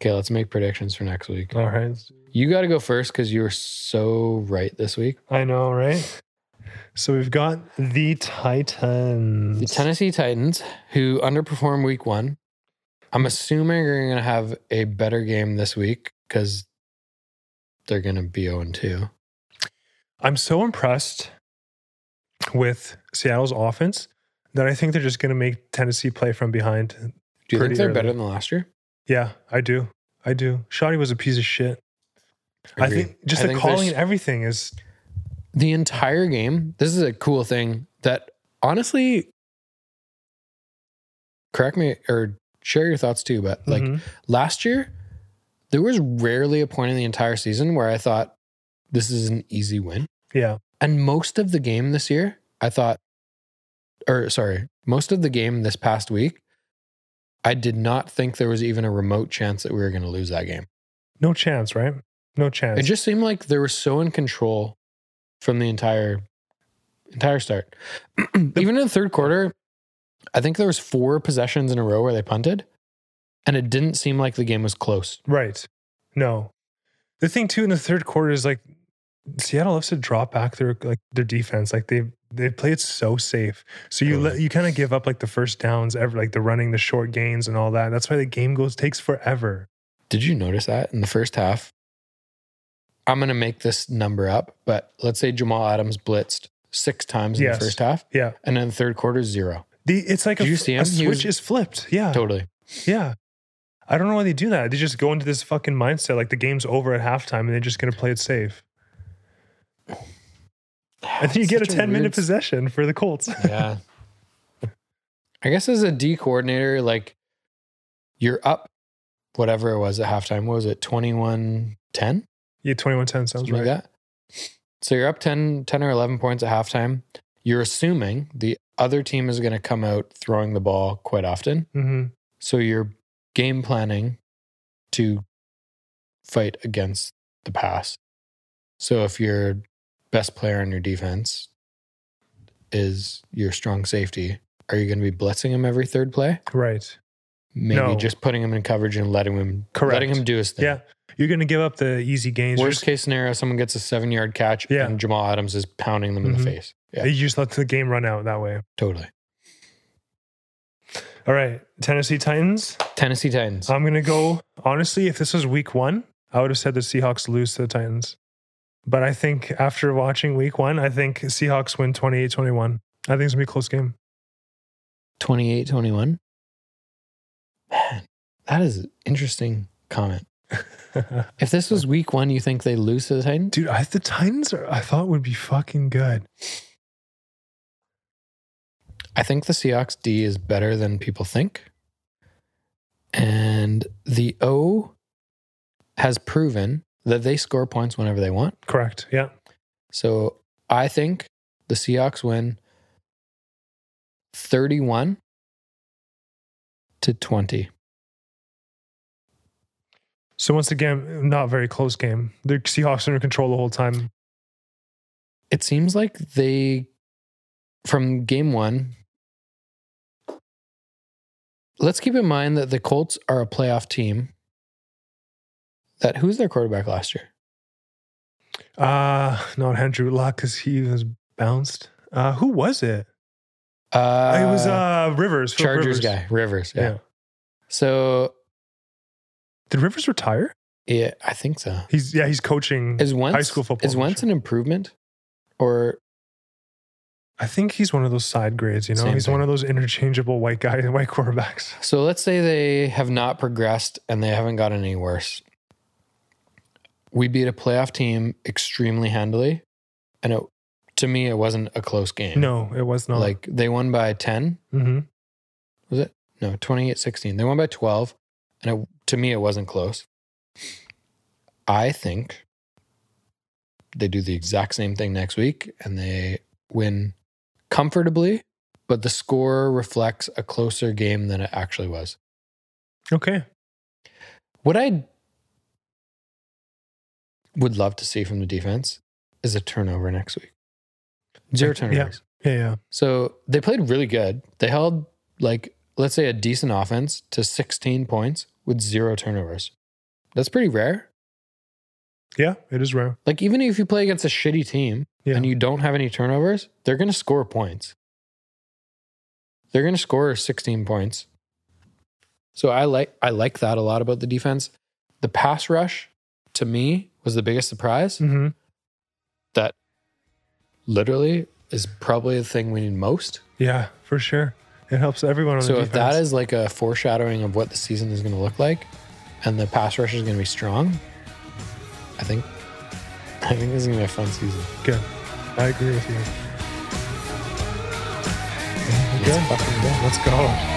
[SPEAKER 1] okay, let's make predictions for next week.
[SPEAKER 2] all right
[SPEAKER 1] You got to go first because you were so right this week.
[SPEAKER 2] i know right so we've got the titans
[SPEAKER 1] The Tennessee Titans, who underperformed week one, I'm assuming are going to have a better game this week because they're going to be 0 2.
[SPEAKER 2] I'm so impressed with Seattle's offense that I think they're just going to make Tennessee play from behind.
[SPEAKER 1] Do you
[SPEAKER 2] Pretty
[SPEAKER 1] think they're
[SPEAKER 2] early.
[SPEAKER 1] better than last year?
[SPEAKER 2] Yeah, I do. I do. Shoddy was a piece of shit. I
[SPEAKER 1] Agree.
[SPEAKER 2] think just
[SPEAKER 1] I
[SPEAKER 2] the
[SPEAKER 1] think
[SPEAKER 2] calling
[SPEAKER 1] there's-
[SPEAKER 2] and everything is
[SPEAKER 1] the entire game, this is a cool thing that honestly, correct me or share your thoughts too, but like
[SPEAKER 2] mhm.
[SPEAKER 1] last year, there was rarely a point in the entire season where I thought this is an easy win.
[SPEAKER 2] yeah,
[SPEAKER 1] And most of the game this year, I thought, or sorry, most of the game this past week, I did not think there was even a remote chance that we were going to lose that game.
[SPEAKER 2] no chance, right? No chance.
[SPEAKER 1] It just seemed like they were so in control from the entire entire start. *clears throat* even in the third quarter, I think there was four possessions in a row where they punted, and it didn't seem like the game was close.
[SPEAKER 2] right. No. The thing too in the third quarter is like Seattle loves to drop back their like their defense. Like they they play it so safe. So you
[SPEAKER 1] Totally.
[SPEAKER 2] let you kind of give up like the first downs ever, like the running, the short gains, and all that. That's why the game goes takes forever.
[SPEAKER 1] Did you notice that in the first half? I'm going to make this number up, but let's say Jamal Adams blitzed six times in
[SPEAKER 2] Yes.
[SPEAKER 1] the first half,
[SPEAKER 2] Yeah.
[SPEAKER 1] and then the third quarter, zero.
[SPEAKER 2] The it's like
[SPEAKER 1] Did
[SPEAKER 2] a,
[SPEAKER 1] you
[SPEAKER 2] f-
[SPEAKER 1] see
[SPEAKER 2] a
[SPEAKER 1] him? He
[SPEAKER 2] switch
[SPEAKER 1] was-
[SPEAKER 2] is flipped. Yeah,
[SPEAKER 1] Totally.
[SPEAKER 2] yeah. I don't know why they do that. They just go into this fucking mindset like the game's over at halftime and they're just gonna play it safe. And then you get a
[SPEAKER 1] Such
[SPEAKER 2] ten minute
[SPEAKER 1] weird-
[SPEAKER 2] possession for the
[SPEAKER 1] *laughs*
[SPEAKER 2] Colts.
[SPEAKER 1] yeah. I guess as a D coordinator, like you're up whatever it was at halftime. What was it? 21 10?
[SPEAKER 2] yeah, twenty one ten sounds
[SPEAKER 1] Something
[SPEAKER 2] right.
[SPEAKER 1] like that. So you're up 10, 10 or 11 points at halftime. You're assuming the other team is going to come out throwing the ball quite often.
[SPEAKER 2] hmm
[SPEAKER 1] So you're game planning to fight against the pass. So if your best player on your defense is your strong safety are you going to be blitzing him every third play?
[SPEAKER 2] Right.
[SPEAKER 1] Maybe
[SPEAKER 2] No.
[SPEAKER 1] just putting him in coverage and letting him
[SPEAKER 2] Correct.
[SPEAKER 1] letting him do his thing.
[SPEAKER 2] Yeah. You're going to give up the easy gains. You're
[SPEAKER 1] Worst
[SPEAKER 2] just-
[SPEAKER 1] case scenario, someone gets a seven yard catch
[SPEAKER 2] Yeah.
[SPEAKER 1] and Jamal Adams is pounding them in
[SPEAKER 2] Mhm.
[SPEAKER 1] the face. Yeah,
[SPEAKER 2] You just let the game run out that way.
[SPEAKER 1] totally.
[SPEAKER 2] All right. Tennessee Titans.
[SPEAKER 1] Tennessee Titans.
[SPEAKER 2] I'm going to go. Honestly, if this was week one, I would have said the Seahawks lose to the Titans. But I think after watching week one, I think Seahawks win 28 21. I think it's going to be a close
[SPEAKER 1] *laughs*
[SPEAKER 2] game.
[SPEAKER 1] 28 21. Man, that is an interesting comment. If this was week one, you think they lose to the Titans?
[SPEAKER 2] Dude, I, the Titans are, I thought would be fucking good.
[SPEAKER 1] I think the Seahawks D is better than people think. And the O has proven that they score points whenever they want.
[SPEAKER 2] Correct. Yeah.
[SPEAKER 1] So I think the Seahawks win 31 to 20.
[SPEAKER 2] So once again, not very close game. The Seahawks are under control the whole time.
[SPEAKER 1] It seems like they, from game one, let's keep in mind that the Colts are a playoff team. That who's their quarterback last year?
[SPEAKER 2] Uh not Andrew Luck because he was bounced. Uh, who was it?
[SPEAKER 1] Uh,
[SPEAKER 2] it was uh Rivers. Phillip
[SPEAKER 1] Chargers
[SPEAKER 2] Rivers.
[SPEAKER 1] guy, Rivers.
[SPEAKER 2] Yeah.
[SPEAKER 1] yeah. So,
[SPEAKER 2] Did Rivers retire?
[SPEAKER 1] yeah, I think so.
[SPEAKER 2] He's yeah. He's coaching.
[SPEAKER 1] Is Wentz
[SPEAKER 2] school football,
[SPEAKER 1] Is
[SPEAKER 2] I'm
[SPEAKER 1] Wentz
[SPEAKER 2] sure.
[SPEAKER 1] an improvement, or
[SPEAKER 2] I think he's one of those side grades. You know,
[SPEAKER 1] Same
[SPEAKER 2] he's one
[SPEAKER 1] thing.
[SPEAKER 2] of those interchangeable white guy, *laughs* white quarterbacks.
[SPEAKER 1] so? Let's say they have not progressed and they haven't gotten any worse. We beat a playoff team extremely handily, and it, to me, it wasn't a close game.
[SPEAKER 2] No, it was not.
[SPEAKER 1] like they won by ten.
[SPEAKER 2] hmm
[SPEAKER 1] Was it no 28-16. They won by twelve, and it, to me, it wasn't close. I think they do the exact same thing next week, and they win comfortably. But the score reflects a closer game than it actually was.
[SPEAKER 2] okay.
[SPEAKER 1] What I would love to see from the defense is a turnover next week. Zero
[SPEAKER 2] Yeah.
[SPEAKER 1] turnovers.
[SPEAKER 2] Yeah, yeah.
[SPEAKER 1] So they played really good. They held like let's say a decent offense to 16 points with zero turnovers. That's pretty rare.
[SPEAKER 2] Yeah, it is rare.
[SPEAKER 1] Like even if you play against a shitty team
[SPEAKER 2] Yeah.
[SPEAKER 1] and you don't have any turnovers, they're going to score points. They're going to score 16 points. So I like I like that a lot about the defense. The pass rush to me was the biggest surprise
[SPEAKER 2] hmm
[SPEAKER 1] that literally is probably the thing we need most.
[SPEAKER 2] Yeah, for sure. It helps everyone on
[SPEAKER 1] So
[SPEAKER 2] the
[SPEAKER 1] if that
[SPEAKER 2] defense.
[SPEAKER 1] is like a foreshadowing of what the season is going to look like, and the pass rush is going to be strong, I think, I think this is going to be a fun season.
[SPEAKER 2] good. I agree with you.
[SPEAKER 1] Let's fucking go.
[SPEAKER 2] Let's go.